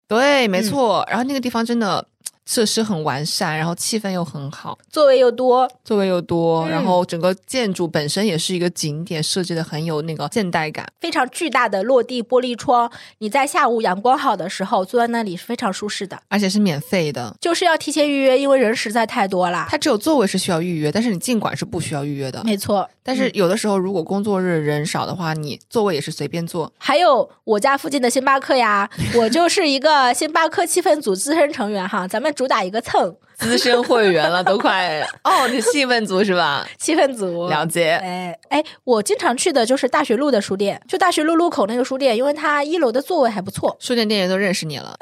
Speaker 2: 对，没错。然后那个地方真的设施很完善，然后气氛又很好，
Speaker 1: 座位又多，
Speaker 2: 座位又多，
Speaker 1: 嗯
Speaker 2: 然后整个建筑本身也是一个景点，设计的很有那个现代感。
Speaker 1: 非常巨大的落地玻璃窗，你在下午阳光好的时候坐在那里是非常舒适的，
Speaker 2: 而且是免费的，
Speaker 1: 就是要提前预约，因为人实在太多了。
Speaker 2: 它只有座位是需要预约，但是你进馆是不需要预约的。
Speaker 1: 没错，
Speaker 2: 但是有的时候，如果工作日人少的话，你座位也是随便坐。
Speaker 1: 还有我家附近的星巴克呀， 我就是一个星巴克气氛组资深成员哈，咱们主打一个蹭
Speaker 2: 资深会员了，都快 哦，你气氛组是吧？
Speaker 1: 气氛组。
Speaker 2: 了解，，
Speaker 1: 哎哎，我经常去的就是大学路的书店，就大学路路口那个书店，因为它一楼的座位还不错
Speaker 2: 书店店员都认识你了。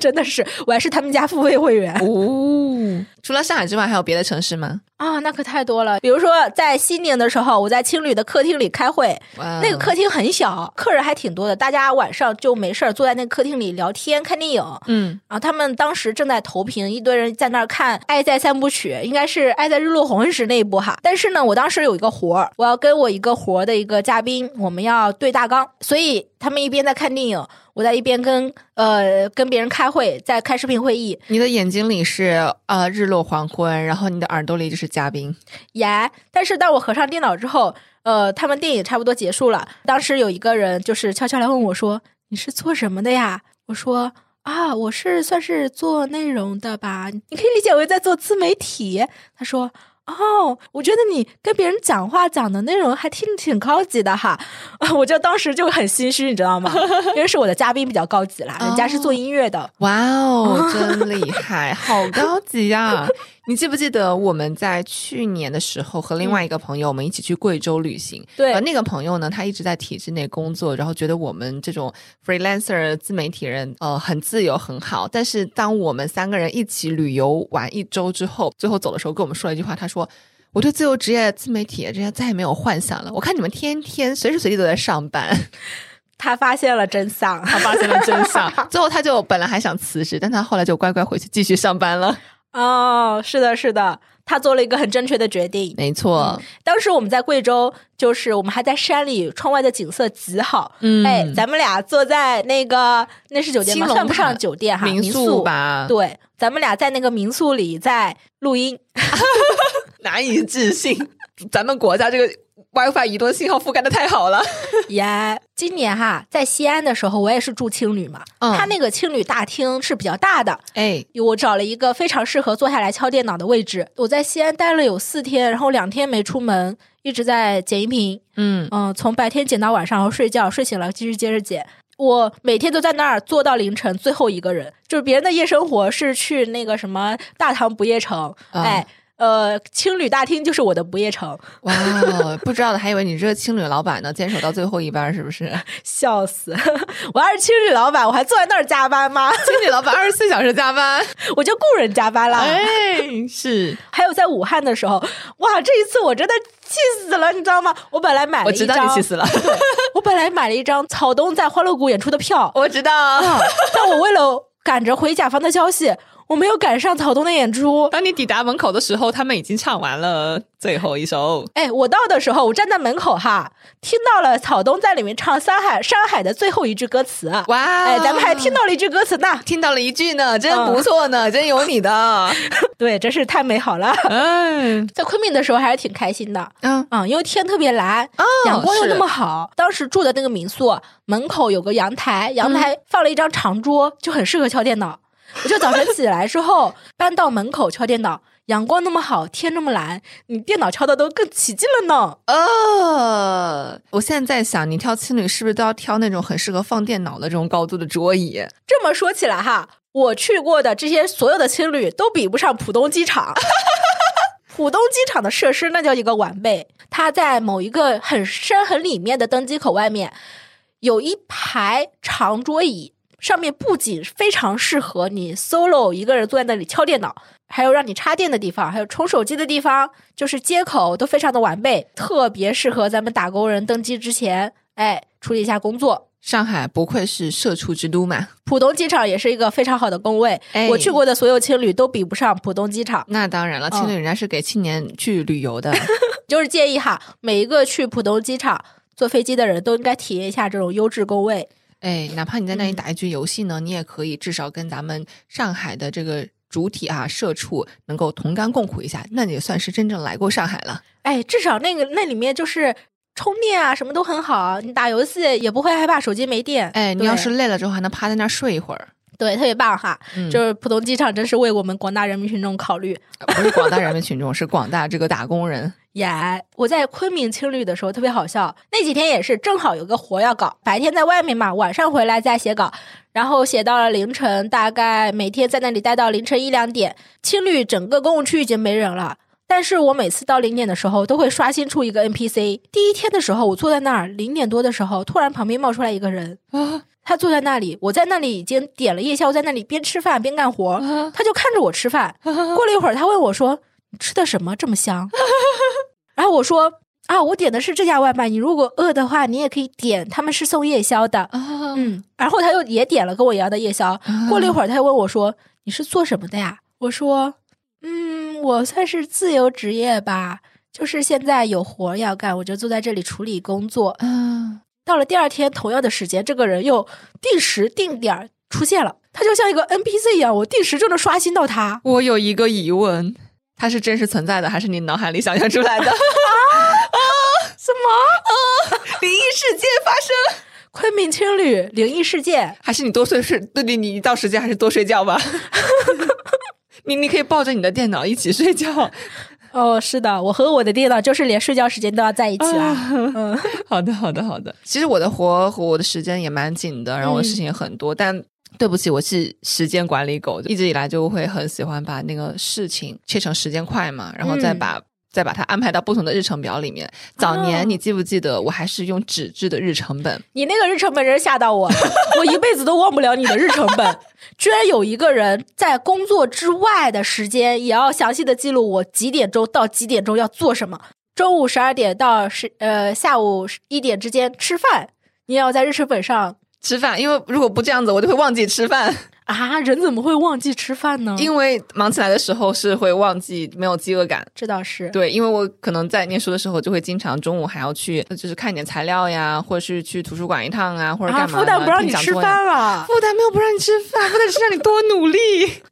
Speaker 1: 真的是，我还是他们家付费会员
Speaker 2: 哦， 除了上海之外，还有别的城市吗？
Speaker 1: 啊，那可太多了。比如说在西宁的时候，我在青旅的客厅里开会，
Speaker 2: 哇
Speaker 1: 那个客厅很小，客人还挺多的，大家晚上就没事儿坐在那个客厅里聊天、看电影，
Speaker 2: 嗯，
Speaker 1: 然后他们当时正在投屏，一堆人在那儿看《爱在三部曲》，应该是《爱在日落红时》那一部哈。但是呢，我当时有一个活儿，我要跟我一个活儿的一个嘉宾，我们要对大纲，所以他们一边在看电影，我在一边跟呃跟别人开会，在开视频会议。
Speaker 2: 你的眼睛里是呃日落黄昏，然后你的耳朵里就是嘉宾。
Speaker 1: 耶！但是当我合上电脑之后，呃，他们电影差不多结束了。当时有一个人就是悄悄来问我说：“你是做什么的呀？”我说：“啊，我是算是做内容的吧，你可以理解为在做自媒体。”他说。哦，我觉得你跟别人讲话讲的内容还挺挺高级的哈， 啊我就当时就很心虚，你知道吗？因为是我的嘉宾比较高级啦，人家是做音乐的，
Speaker 2: 哇哦，真厉害，好高级呀、 你记不记得我们在去年的时候和另外一个朋友，我们一起去贵州旅行？
Speaker 1: 对
Speaker 2: 呃，那个朋友呢，他一直在体制内工作，然后觉得我们这种 freelancer 自媒体人，呃，很自由很好。但是当我们三个人一起旅游玩一周之后，最后走的时候跟我们说了一句话，他说。我对自由职业、自媒体这些再也没有幻想了。我看你们天天随时随地都在上班，
Speaker 1: 他发现了真相。
Speaker 2: 他 发现了真相。最后，他就本来还想辞职，但他后来就乖乖回去继续上班了。
Speaker 1: 哦，是的，是的，他做了一个很正确的决定。
Speaker 2: 没错，
Speaker 1: 当时我们在贵州，就是我们还在山里，窗外的景色极好。
Speaker 2: 嗯
Speaker 1: 哎，咱们俩坐在那个那是酒店吗？
Speaker 2: 青龙
Speaker 1: 算不上
Speaker 2: 塔
Speaker 1: 酒店哈，
Speaker 2: 民
Speaker 1: 民
Speaker 2: 宿。吧，
Speaker 1: 对，咱们俩在那个民宿里在录音，
Speaker 2: 难以置信，咱们国家这个 WiFi 移动信号覆盖的太好了。
Speaker 1: 耶、今年哈，在西安的时候，我也是住青旅嘛，
Speaker 2: 嗯
Speaker 1: 他那个青旅大厅是比较大的，
Speaker 2: 哎，
Speaker 1: 我找了一个非常适合坐下来敲电脑的位置。我在西安待了有四天，然后两天没出门，一直在剪音频，
Speaker 2: 嗯，
Speaker 1: 嗯，从白天剪到晚上，然后睡觉，睡醒了继续接着剪。我每天都在那儿坐到凌晨，最后一个人。就是别人的夜生活是去那个什么大唐不夜城，
Speaker 2: 啊
Speaker 1: 哎，呃，青旅大厅就是我的不夜城，
Speaker 2: 哇哦，不知道的还以为你是个青旅老板呢，坚守到最后一班是不是？青
Speaker 1: 笑死！ 我要是青旅老板，我还坐在那儿加班吗？
Speaker 2: 旅老板二十四小时加班，
Speaker 1: 我就雇人加班啦。
Speaker 2: 哎，是
Speaker 1: 还有在武汉的时候，哇，这一次我真的气死了，你知道吗？我本来买了
Speaker 2: 我
Speaker 1: 一张，
Speaker 2: 知道你气死了，
Speaker 1: 我本来买了一张草东在欢乐谷演出的票，
Speaker 2: 我知道。
Speaker 1: 但我为了赶着回甲方的消息，我没有赶上草东的演出。
Speaker 2: 当你抵达门口的时候，他们已经唱完了最后一首。
Speaker 1: 哎，我到的时候，我站在门口哈，听到了草东在里面唱《山海山海》的最后一句歌词。
Speaker 2: 哇哦
Speaker 1: 哎，咱们还听到嗯了一句歌词呢，
Speaker 2: 听到了一句呢，真不错呢，真有你的。
Speaker 1: 对，真是太美好了。
Speaker 2: 嗯
Speaker 1: 在昆明的时候还是挺开心的，
Speaker 2: 嗯，
Speaker 1: 嗯，因为天特别蓝，阳光又
Speaker 2: 哦是
Speaker 1: 那么好。当时住的那个民宿门口有个阳台，阳台放了一张长桌，就很适合敲电脑。我就早晨起来之后搬到门口敲电脑，阳光那么好，天那么蓝，你电脑敲的都更起劲了呢。
Speaker 2: 呃，我现在在想，你挑青旅是不是都要挑那种很适合放电脑的这种高度的桌椅？
Speaker 1: 这么说起来哈，我去过的这些所有的青旅都比不上浦东机场。 浦东机场的设施那叫一个完备，它在某一个很深很里面的登机口外面有一排长桌椅，上面不仅非常适合你 solo 一个人坐在那里敲电脑，还有让你插电的地方，还有充手机的地方，就是接口都非常的完备，特别适合咱们打工人登机之前，哎，处理一下工作。
Speaker 2: 上海不愧是社畜之都嘛，
Speaker 1: 浦东机场也是一个非常好的工位，
Speaker 2: 哎
Speaker 1: 我去过的所有青旅都比不上浦东机场。
Speaker 2: 那当然了，青旅人家是给青年去旅游 的。
Speaker 1: 就是建议哈，每一个去浦东机场坐飞机的人都应该体验一下这种优质工位。
Speaker 2: 哎，哪怕你在那里打一局游戏呢，你也可以至少跟咱们上海的这个主体啊社畜能够同甘共苦一下，那你也算是真正来过上海了。
Speaker 1: 哎，至少那个那里面就是充电啊，什么都很好，你打游戏也不会害怕手机没电。
Speaker 2: 哎，你
Speaker 1: 对
Speaker 2: 要是累了之后还能趴在那儿睡一会儿，
Speaker 1: 对特别棒哈，
Speaker 2: 嗯
Speaker 1: 就是浦东机场真是为我们广大人民群众考虑。
Speaker 2: 不是广大人民群众，是广大这个打工人。
Speaker 1: 耶、我在昆明青旅的时候特别好笑，那几天也是正好有个活要搞，白天在外面嘛，晚上回来再写稿，然后写到了凌晨，大概每天在那里待到凌晨一两点。青旅整个公共区已经没人了，但是我每次到零点的时候都会刷新出一个 NPC。第一天的时候，我坐在那儿，零点多的时候，突然旁边冒出来一个人，
Speaker 2: 啊
Speaker 1: 他坐在那里，我在那里已经点了夜宵，在那里边吃饭边干活，
Speaker 2: 啊
Speaker 1: 他就看着我吃饭。
Speaker 2: 啊！
Speaker 1: 过了一会儿，他问我说：“你吃的什么这么香？” 然后我说：“啊，我点的是这家外卖，你如果饿的话，你也可以点，他们是送夜宵的。”
Speaker 2: 啊
Speaker 1: 嗯，然后他又也点了跟我一样的夜宵。
Speaker 2: 嗯
Speaker 1: 过了一会儿，他又问我说：“你是做什么的呀？”我说：“嗯，我算是自由职业吧，就是现在有活儿要干，我就坐在这里处理工作。”
Speaker 2: 啊，
Speaker 1: 到了第二天同样的时间，这个人又定时定点儿出现了，他就像一个 NPC 一样，我定时就能刷新到他。
Speaker 2: 我有一个疑问，它是真实存在的，还是你脑海里想象出来的？啊
Speaker 1: 什么？
Speaker 2: 灵异事件发生，
Speaker 1: 昆明青旅灵异事件？
Speaker 2: 还是你多睡睡？对对，你到时间还是多睡觉吧。 你你可以抱着你的电脑一起睡 觉。
Speaker 1: 哦，是的，我和我的电脑就是连睡觉时间都要在一起 啦。嗯，
Speaker 2: 好的，好的，好的。其实我的活和我的时间也蛮紧的，然后我的事情也很多，但对不起，我是时间管理狗，一直以来就会很喜欢把那个事情切成时间块嘛，然后再
Speaker 1: 嗯
Speaker 2: 把、再把它安排到不同的日程表里面。早年、
Speaker 1: 哦
Speaker 2: 你记不记得，我还是用纸质的日程本，
Speaker 1: 你那个日程本真吓到我，我一辈子都忘不了你的日程本。居然有一个人在工作之外的时间也要详细的记录我几点钟到几点钟要做什么，中午十二点到十呃下午一点之间吃饭，你也要在日程本上
Speaker 2: 吃饭，因为如果不这样子，我就会忘记吃饭，
Speaker 1: 啊？人怎么会忘记吃饭呢？
Speaker 2: 因为忙起来的时候是会忘记没有饥饿感。
Speaker 1: 这倒是，
Speaker 2: 对，因为我可能在念书的时候，就会经常中午还要去，呃就是看一点材料呀，或者是去图书馆一趟啊，或者
Speaker 1: 啊，
Speaker 2: 干嘛、
Speaker 1: 复旦不让你吃饭 了，
Speaker 2: 复旦没有不让你吃饭，复旦只是让你多努力。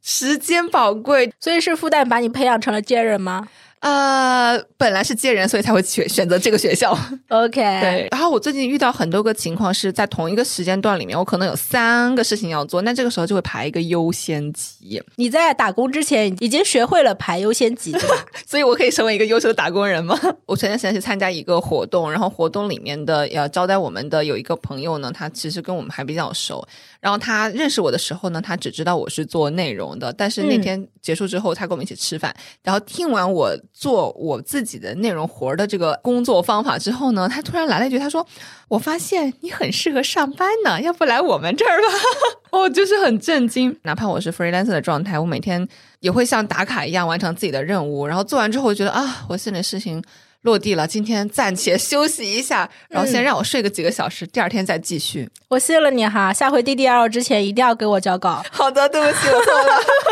Speaker 2: 时间宝贵，
Speaker 1: 所以是复旦把你培养成了贱人吗
Speaker 2: 呃，本来是接人，所以才会选选择这个学 校。
Speaker 1: ？OK，
Speaker 2: 对，然后我最近遇到很多个情况是在同一个时间段里面，我可能有三个事情要做，那这个时候就会排一个优先级，
Speaker 1: 你在打工之前已经学会了排优先级，对吧？
Speaker 2: 所以我可以成为一个优秀的打工人吗？ 我前段时间去参加一个活动，然后活动里面的呃招待我们的有一个朋友呢，他其实跟我们还比较熟，然后他认识我的时候呢，他只知道我是做内容的，但是那
Speaker 1: 嗯
Speaker 2: 天结束之后，他跟我们一起吃饭，然后听完我做我自己的内容活儿的这个工作方法之后呢，他突然来了一句，他说：“我发现你很适合上班呢，要不来我们这儿吧？” 我哦就是很震惊，哪怕我是 freelancer 的状态，我每天也会像打卡一样完成自己的任务，然后做完之后，我觉得啊，我心里的事情。落地了，今天暂且休息一下，然后先
Speaker 1: 嗯
Speaker 2: 让我睡个几个小时，第二天再继续。
Speaker 1: 我信了你哈，下回 DDL 之前一定要给我交稿。
Speaker 2: 好的，对不起，我错了。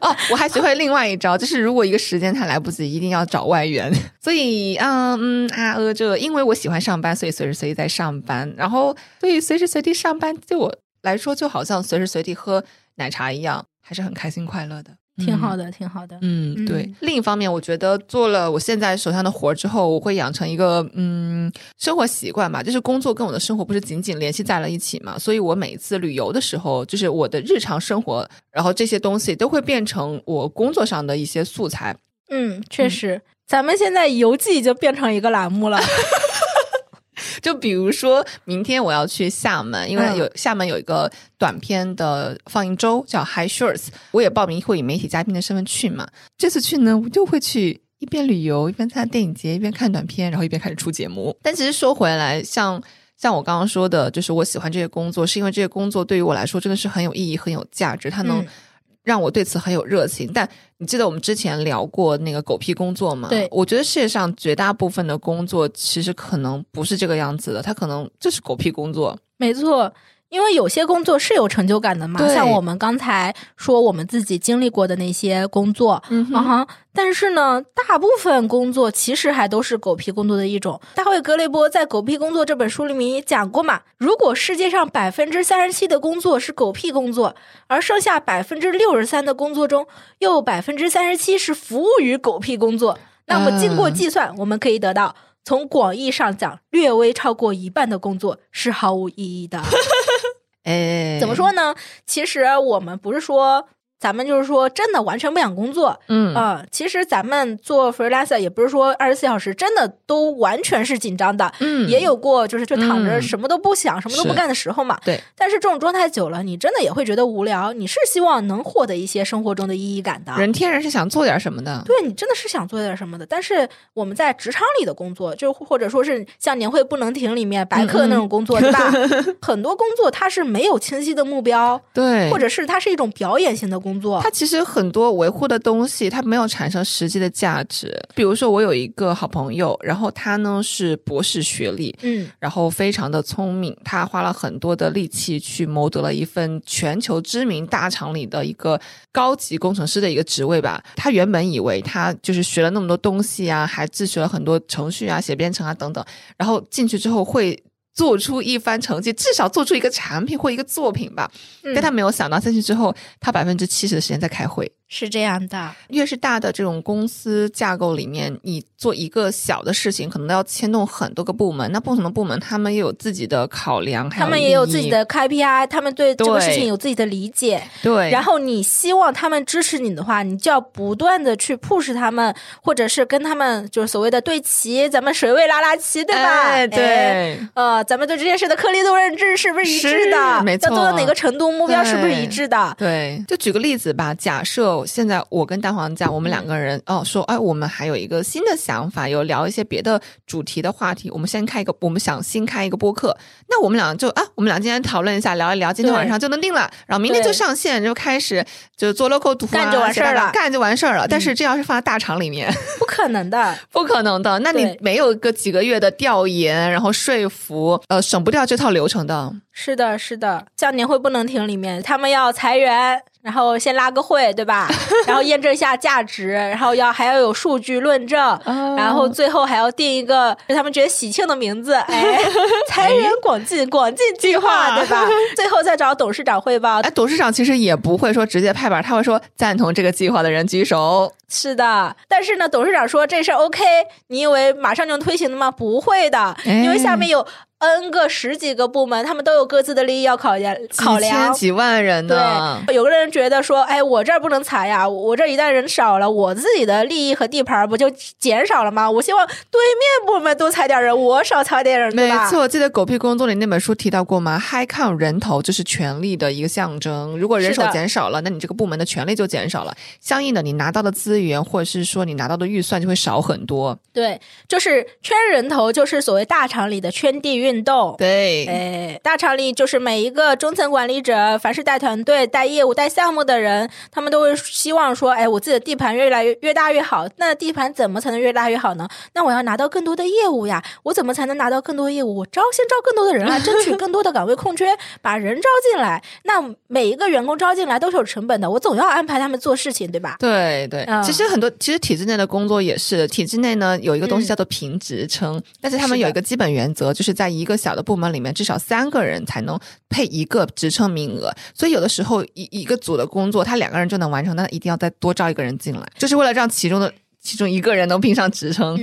Speaker 2: 哦，我还学会另外一招，就是如果一个时间他来不及，一定要找外援。 所以，嗯嗯啊呃，这因为我喜欢上班，所以随时随地在上班。然后，对于随时随地上班，对我来说就好像随时随地喝奶茶一样，还是很开心快乐的。
Speaker 1: 挺好的，挺好的。
Speaker 2: 嗯，对
Speaker 1: 嗯。
Speaker 2: 另一方面，我觉得做了我现在手上的活儿之后，我会养成一个嗯生活习惯吧，就是工作跟我的生活不是紧紧联系在了一起嘛，所以我每一次旅游的时候，就是我的日常生活，然后这些东西都会变成我工作上的一些素材。
Speaker 1: 嗯，确实，咱们现在游记已经变成一个栏 目了。
Speaker 2: 就比如说明天我要去厦门，因为有、厦门有一个短片的放映周叫《High Shorts》，我也报名会以媒体嘉宾的身份去嘛。这次去呢，我就会去。一边旅游，一边参加电影节，一边看短片，然后一边开始出节目。但其实说回来，像像我刚刚说的，就是我喜欢这些工作，是因为这些工作对于我来说真的是很有意义、很有价值，它能
Speaker 1: 嗯
Speaker 2: 让我对此很有热情。但你记得我们之前聊过那个狗屁工作吗？
Speaker 1: 对
Speaker 2: 我觉得世界上绝大部分的工作其实可能不是这个样子的，它可能就是狗屁工作。
Speaker 1: 没错，因为有些工作是有成就感的嘛，
Speaker 2: 对
Speaker 1: 像我们刚才说我们自己经历过的那些工作，
Speaker 2: 嗯
Speaker 1: 啊哈、但是呢，大部分工作其实还都是狗屁工作的一种。大卫·格雷伯在《狗屁工作》这本书里面也讲过嘛，如果世界上百分之三十七的工作是狗屁工作，而剩下百分之六十三的工作中，又有百分之三十七是服务于狗屁工作，那么经过
Speaker 2: 嗯
Speaker 1: 计算，我们可以得到。从广义上讲，略微超过一半的工作是毫无意义的。
Speaker 2: 哎，
Speaker 1: 怎么？说呢？其实我们不是说咱们就是说真的完全不想工作，
Speaker 2: 嗯
Speaker 1: 啊、其实咱们做 freelancer 也不是说二十四小时真的都完全是紧张的，
Speaker 2: 嗯
Speaker 1: 也有过就是就躺着
Speaker 2: 嗯
Speaker 1: 什么都不想、什么都不
Speaker 2: 是
Speaker 1: 干的时候嘛。
Speaker 2: 对，
Speaker 1: 但是这种状态久了，你真的也会觉得无聊，你是希望能获得一些生活中的意义感的。
Speaker 2: 人天然是想做点什么的。
Speaker 1: 对你真的是想做点什么的，但是我们在职场里的工作，就或者说是像年会不能停里面
Speaker 2: 嗯
Speaker 1: 白客那种工作，对 吧？很多工作它是没有清晰的目标，
Speaker 2: 对，
Speaker 1: 或者是它是一种表演型的工作
Speaker 2: 它。其实很多维护的东西，它没有产生实际的价值。比如说，我有一个好朋友，然后他呢是博士学历，
Speaker 1: 嗯
Speaker 2: 然后非常的聪明，他花了很多的力气去谋得了一份全球知名大厂里的一个高级工程师的一个职位吧。他原本以为他就是学了那么多东西啊，还自学了很多程序啊、写编程啊等等，然后进去之后会。做出一番成绩，至少做出一个产品或一个作品吧。
Speaker 1: 嗯，
Speaker 2: 但他没有想到进去之后，他百分之七十的时间在开会。
Speaker 1: 是这样的。
Speaker 2: 越是大的这种公司架构里面，你做一个小的事情，可能都要牵动很多个部门。那不同的部门，他们也有自己的考量，还
Speaker 1: 他们
Speaker 2: 利
Speaker 1: 也有
Speaker 2: 益
Speaker 1: 自己的 KPI，他们对这个事情
Speaker 2: 对
Speaker 1: 有自己的理解。
Speaker 2: 对，
Speaker 1: 然后你希望他们支持你的话，你就要不断的去 push 他们，或者是跟他们就是所谓的对齐，咱们水位拉拉齐，对吧？
Speaker 2: 哎对、
Speaker 1: 哎呃，咱们对这件事的颗粒度认知是不是一致的？
Speaker 2: 是没错
Speaker 1: 要做到哪个程度，目标是不是一致的？
Speaker 2: 对，就举个例子吧。假设现在我跟蛋黄酱，我们
Speaker 1: 嗯
Speaker 2: 两个人、哦说，哎，我们还有一个新的想法，有聊一些别的主题的话题。我们先开一个，我们想新开一个播客。那我们俩就啊，我们俩今天讨论一下，聊一聊，今天晚上就能定了，然后明天就
Speaker 1: 对
Speaker 2: 上线，就开始就做 logo 图、啊，
Speaker 1: 干就完事儿了嗯
Speaker 2: 干就完事儿了。但是这要是放在大厂里面，
Speaker 1: 不可能的，
Speaker 2: 不可能的。那你
Speaker 1: 对
Speaker 2: 没有个几个月的调研，然后说服，呃，省不掉这套流程的。
Speaker 1: 是的，是的。像年会不能停里面，他们要裁员，然后先拉个会，对吧？ 然后验证一下价值，然后要还要有数据论证，
Speaker 2: 嗯
Speaker 1: 然后最后还要定一个就他们觉得喜庆的名 字，哎， 财源广进，广进计划，
Speaker 2: 计划
Speaker 1: 对 吧？最后再找董事长汇报
Speaker 2: 哎，。董事长其实也不会说直接拍板，他会说赞同这个计划的人举手。
Speaker 1: 是的，但是呢，董事长说这事儿 OK，你以为马上就能推行的吗？不会的，
Speaker 2: 哎
Speaker 1: 因为下面有 N 个十几个部门，他们都有各自的利益要考量考量，
Speaker 2: 几千几万人呢。
Speaker 1: 对，有个人觉得说，哎，我这儿不能裁呀，我这儿一旦人少了，我自己的利益和地盘儿不就减少了吗？我希望对面部门多裁点人，我少裁点人，对
Speaker 2: 没
Speaker 1: 吧？
Speaker 2: 错，记得《狗屁工作》里那本书提到过吗？High count 人头就是权力的一个象征。如果人手
Speaker 1: 是的
Speaker 2: 减少了，那你这个部门的权力就减少了，相应的你拿到的资源或者是说你拿到的预算就会少很多。
Speaker 1: 对，就是圈人头，就是所谓大厂里的圈地运动。
Speaker 2: 对
Speaker 1: 哎，大厂里就是每一个中层管理者，凡是带团队、带业务、带项目的人，他们都会希望说，哎，我自己的地盘越来越越大越好。那地盘怎么才能越大越好呢？那我要拿到更多的业务呀，我怎么才能拿到更多业务？我招先招更多的人来，争取更多的岗位空缺， 把人招进来。那每一个员工招进来都是有成本的，我总要安排他们做事情，对吧？
Speaker 2: 对对，
Speaker 1: 嗯
Speaker 2: 其实很多，其实体制内的工作也是，体制内呢有一个东西叫做评职称，但是他
Speaker 1: 嗯
Speaker 2: 们
Speaker 1: 是的
Speaker 2: 有一个基本原则，就是在一个小的部门里面，至少三个人才能配一个职称名额。所以有的时候一一个组的工作，他两个人就能完成，但一定要再多招一个人进来，就是为了让其中的其中一个人能评上职称。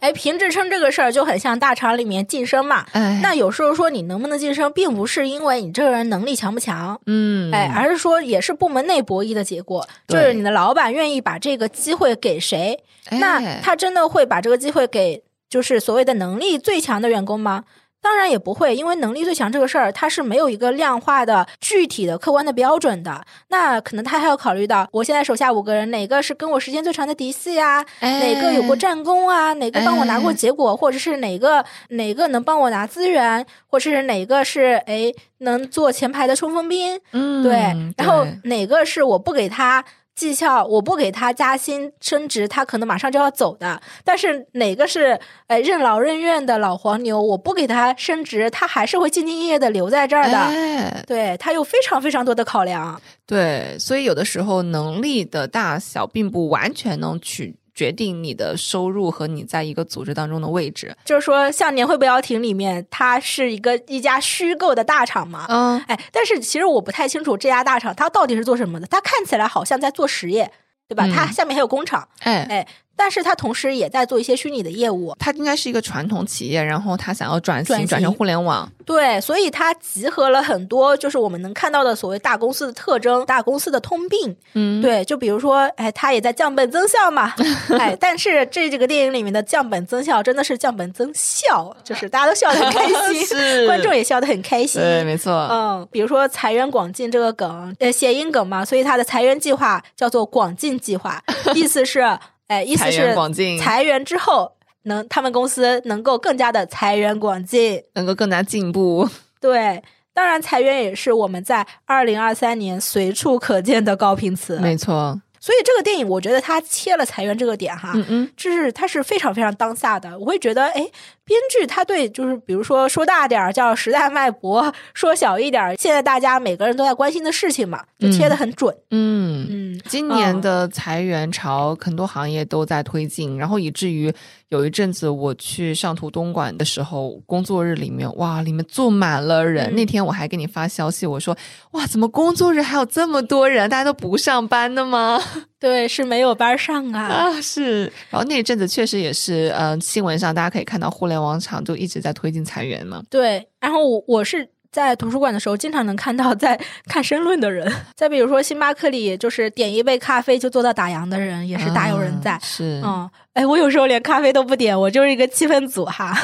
Speaker 1: 哎，评职称这个事儿就很像大厂里面晋升嘛。
Speaker 2: 哎，
Speaker 1: 嗯那有时候说你能不能晋升，并不是因为你这个人能力强不强，
Speaker 2: 嗯，
Speaker 1: 哎，而是说也是部门内博弈的结果，就
Speaker 2: 对
Speaker 1: 是你的老板愿意把这个机会给谁，
Speaker 2: 哎
Speaker 1: 那他真的会把这个机会给就是所谓的能力最强的员工吗？当然也不会，因为能力最强这个事儿，它是没有一个量化的、具体的、客观的标准的。那可能他还要考虑到，我现在手下五个人，哪个是跟我时间最长的嫡系啊呀？
Speaker 2: 哎
Speaker 1: 哪个有过战功啊？哪个帮我拿过结果，或者是哪个哪个能帮我拿资源，或者是哪个是哎能做前排的冲锋兵？
Speaker 2: 嗯，
Speaker 1: 对，然后
Speaker 2: 对
Speaker 1: 哪个是我不给他绩效，我不给他加薪升职，他可能马上就要走的；但是哪个是哎任劳任怨的老黄牛，我不给他升职，他还是会兢兢业业的留在这儿的。
Speaker 2: 哎
Speaker 1: 对他有非常非常多的考量，
Speaker 2: 对，所以有的时候能力的大小并不完全能取决定你的收入和你在一个组织当中的位置。
Speaker 1: 就是说，像年会不邀请里面，它是一个一家虚构的大厂嘛。
Speaker 2: 嗯，
Speaker 1: 哎，但是其实我不太清楚这家大厂它到底是做什么的。它看起来好像在做实业，对吧？
Speaker 2: 嗯
Speaker 1: 它下面还有工厂，
Speaker 2: 哎，
Speaker 1: 哎，但是它同时也在做一些虚拟的业务。
Speaker 2: 它应该是一个传统企业，然后它想要转型，
Speaker 1: 转
Speaker 2: 转
Speaker 1: 型嗯
Speaker 2: 成互联网。
Speaker 1: 对，所以它集合了很多就是我们能看到的所谓大公司的特征、大公司的通病。
Speaker 2: 嗯，
Speaker 1: 对，就比如说，哎，它也在降本增效 嘛，哎，但是这这个电影里面的降本增效真的是降本增效，就是大家都笑得很开心，
Speaker 2: 是
Speaker 1: 观众也笑得很开心。
Speaker 2: 对，没错。
Speaker 1: 嗯，比如说财源广进这个梗，呃，谐音梗嘛，所以它的财源计划叫做广进计 划，意思是，哎，意思
Speaker 2: 财
Speaker 1: 是
Speaker 2: 源广进，
Speaker 1: 裁员之后能他们公司能够更加的财源广进。
Speaker 2: 能够更加进步。
Speaker 1: 对，当然裁员也是我们在二零二三年随处可见的高频词。
Speaker 2: 没错，
Speaker 1: 所以这个电影，我觉得它切了裁员这个点哈，
Speaker 2: 嗯嗯，
Speaker 1: 就是它是非常非常当下的。我会觉得，哎，编剧他对就是比如说说大点儿叫时代脉搏，说小一点儿现在大家每个人都在关心的事情嘛，就切的很准。
Speaker 2: 嗯。
Speaker 1: 嗯
Speaker 2: 今年的裁员潮，很多行业都在推进，然后以至于有一阵子我去上图东莞的时候，工作日里面，哇，里面坐满了人。
Speaker 1: 嗯
Speaker 2: 那天我还给你发消息，我说，哇，怎么工作日还有这么多人？大家都不上班的吗？
Speaker 1: 对，是没有班上 啊。
Speaker 2: 啊，是。然后那一阵子确实也是，嗯、新闻上大家可以看到，互联网厂就一直在推进裁员嘛。
Speaker 1: 对，然后我我是在图书馆的时候，经常能看到在看申论的人，再比如说星巴克里，就是点一杯咖啡就做到打烊的人，也是大有人在
Speaker 2: 啊。是，
Speaker 1: 嗯，哎，我有时候连咖啡都不点，我就是一个气氛组哈。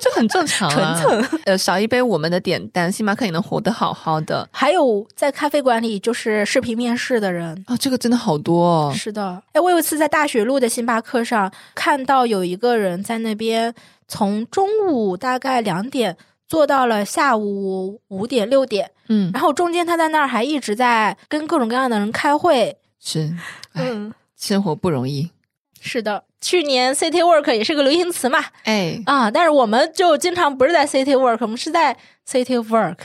Speaker 2: 这很正常、啊。
Speaker 1: 纯
Speaker 2: 呃，少一杯我们的点单，星巴克也能活得好好的。
Speaker 1: 还有在咖啡馆里就是视频面试的人。
Speaker 2: 哦，这个真的好多哦。
Speaker 1: 是的，哎，我有一次在大学路的星巴克上看到有一个人在那边从中午大概两点做到了下午五点六点，
Speaker 2: 嗯，
Speaker 1: 然后中间他在那儿还一直在跟各种各样的人开会。
Speaker 2: 是，哎，
Speaker 1: 嗯，
Speaker 2: 生活不容易。
Speaker 1: 是的，去年 City Work 也是个流行词嘛，
Speaker 2: 哎，
Speaker 1: 啊，但是我们就经常不是在 City Work，我们是在 City Work。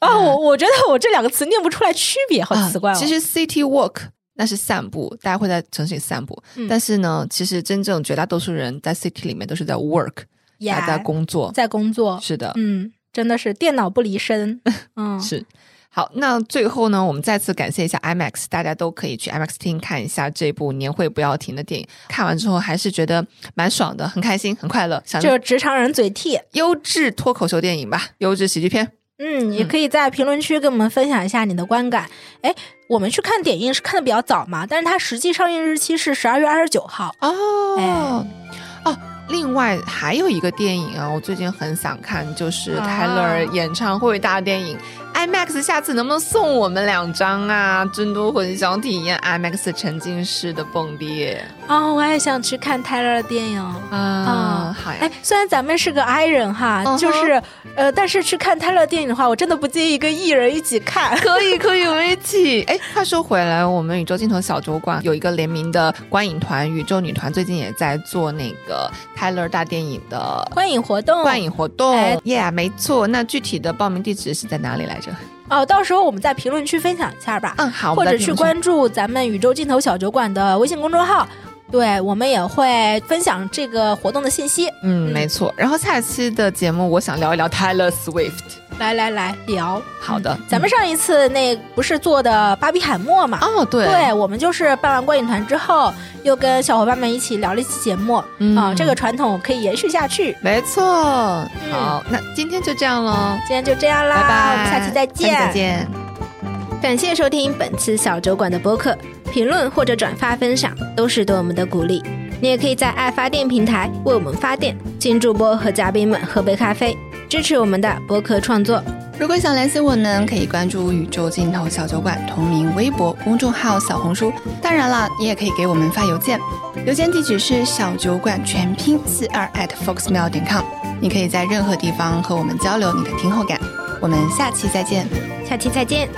Speaker 1: 啊，我我觉得我这两个词念不出来区别， 好奇怪哦。
Speaker 2: 嗯啊。其实 city walk 那是散步，大家会在城市里散步。
Speaker 1: 嗯
Speaker 2: 但是呢，其实真正绝大多数人在 city 里面都是在 work，
Speaker 1: 呀
Speaker 2: 大家工作。
Speaker 1: 在工作，
Speaker 2: 是的，
Speaker 1: 嗯，真的是电脑不离 身，嗯，
Speaker 2: 是。好，那最后呢，我们再次感谢一下 IMAX，大家都可以去 IMAX 厅看一下这部年会不要停的电影。看完之后还是觉得蛮爽的，很开心，很快乐，想
Speaker 1: 就是职场人嘴替。
Speaker 2: 优质脱口秀电影吧，优质喜剧片。
Speaker 1: 嗯，也可以在评论区跟我们分享一下你的观感。哎，我们去看点映是看的比较早嘛，但是它实际上映日期是十二月二十九号。
Speaker 2: 哦，
Speaker 1: 哎
Speaker 2: 哦，另外还有一个电影啊，我最近很想看，就是
Speaker 1: 啊
Speaker 2: 泰勒尔演唱会大电影、IMAX，下次能不能送我们两张啊？真的很想体验 IMAX 沉浸式的蹦迪
Speaker 1: 哦，我也想去看泰勒的电影。
Speaker 2: 啊！
Speaker 1: 啊
Speaker 2: 好呀
Speaker 1: 哎，，虽然咱们是个 I 人哈，
Speaker 2: 嗯哼
Speaker 1: 就是呃，但是去看泰勒电影的话，我真的不介意跟艺人一起看。
Speaker 2: 可 以可以，我们一起。哎，话说回来，我们宇宙尽头小酒馆有一个联名的观影团，宇宙女团最近也在做那个泰勒大电影的。
Speaker 1: 观影活动，
Speaker 2: 观影活动
Speaker 1: 哎，
Speaker 2: 耶、没错。那具体的报名地址是在哪里来着？
Speaker 1: 哦，到时候我们在评论区分享一下吧，
Speaker 3: 嗯，好，我
Speaker 1: 或
Speaker 3: 们再
Speaker 1: 者去
Speaker 3: 评论
Speaker 1: 关注咱们宇宙尽头小酒馆的微信公众号，对我们也会分享这个活动的信息。
Speaker 3: 嗯，没错。然后下期的节目，我想聊一聊 Taylor Swift。
Speaker 1: 来来来聊，
Speaker 3: 好的，
Speaker 1: 咱们上一次那不是做的巴比海默嘛？
Speaker 4: 嗯
Speaker 3: 哦，对
Speaker 1: 对，我们就是办完观影团之后，又跟小伙伴们一起聊了一期节目啊、
Speaker 3: 嗯
Speaker 1: 这个传统可以延续下去。
Speaker 3: 没错。好，那今天就这样喽，
Speaker 1: 今天就这样啦，
Speaker 3: 拜拜，
Speaker 1: 嗯我们下期再见。
Speaker 3: 下期再见。
Speaker 4: 感谢收听本次小酒馆的播客，评论或者转发分享都是对我们的鼓励。你也可以在爱发电平台为我们发电，请主播和嘉宾们喝杯咖啡，支持我们的播客创作。
Speaker 2: 如果想联系我呢，可以关注“宇宙尽头小酒馆”同名微博、公众号、小红书。当然了，你也可以给我们发邮件，邮件地址是小酒馆全拼四二 at foxmail 点 com。你可以在任何地方和我们交流你的听后感。我们下期再见。
Speaker 4: 下期再见。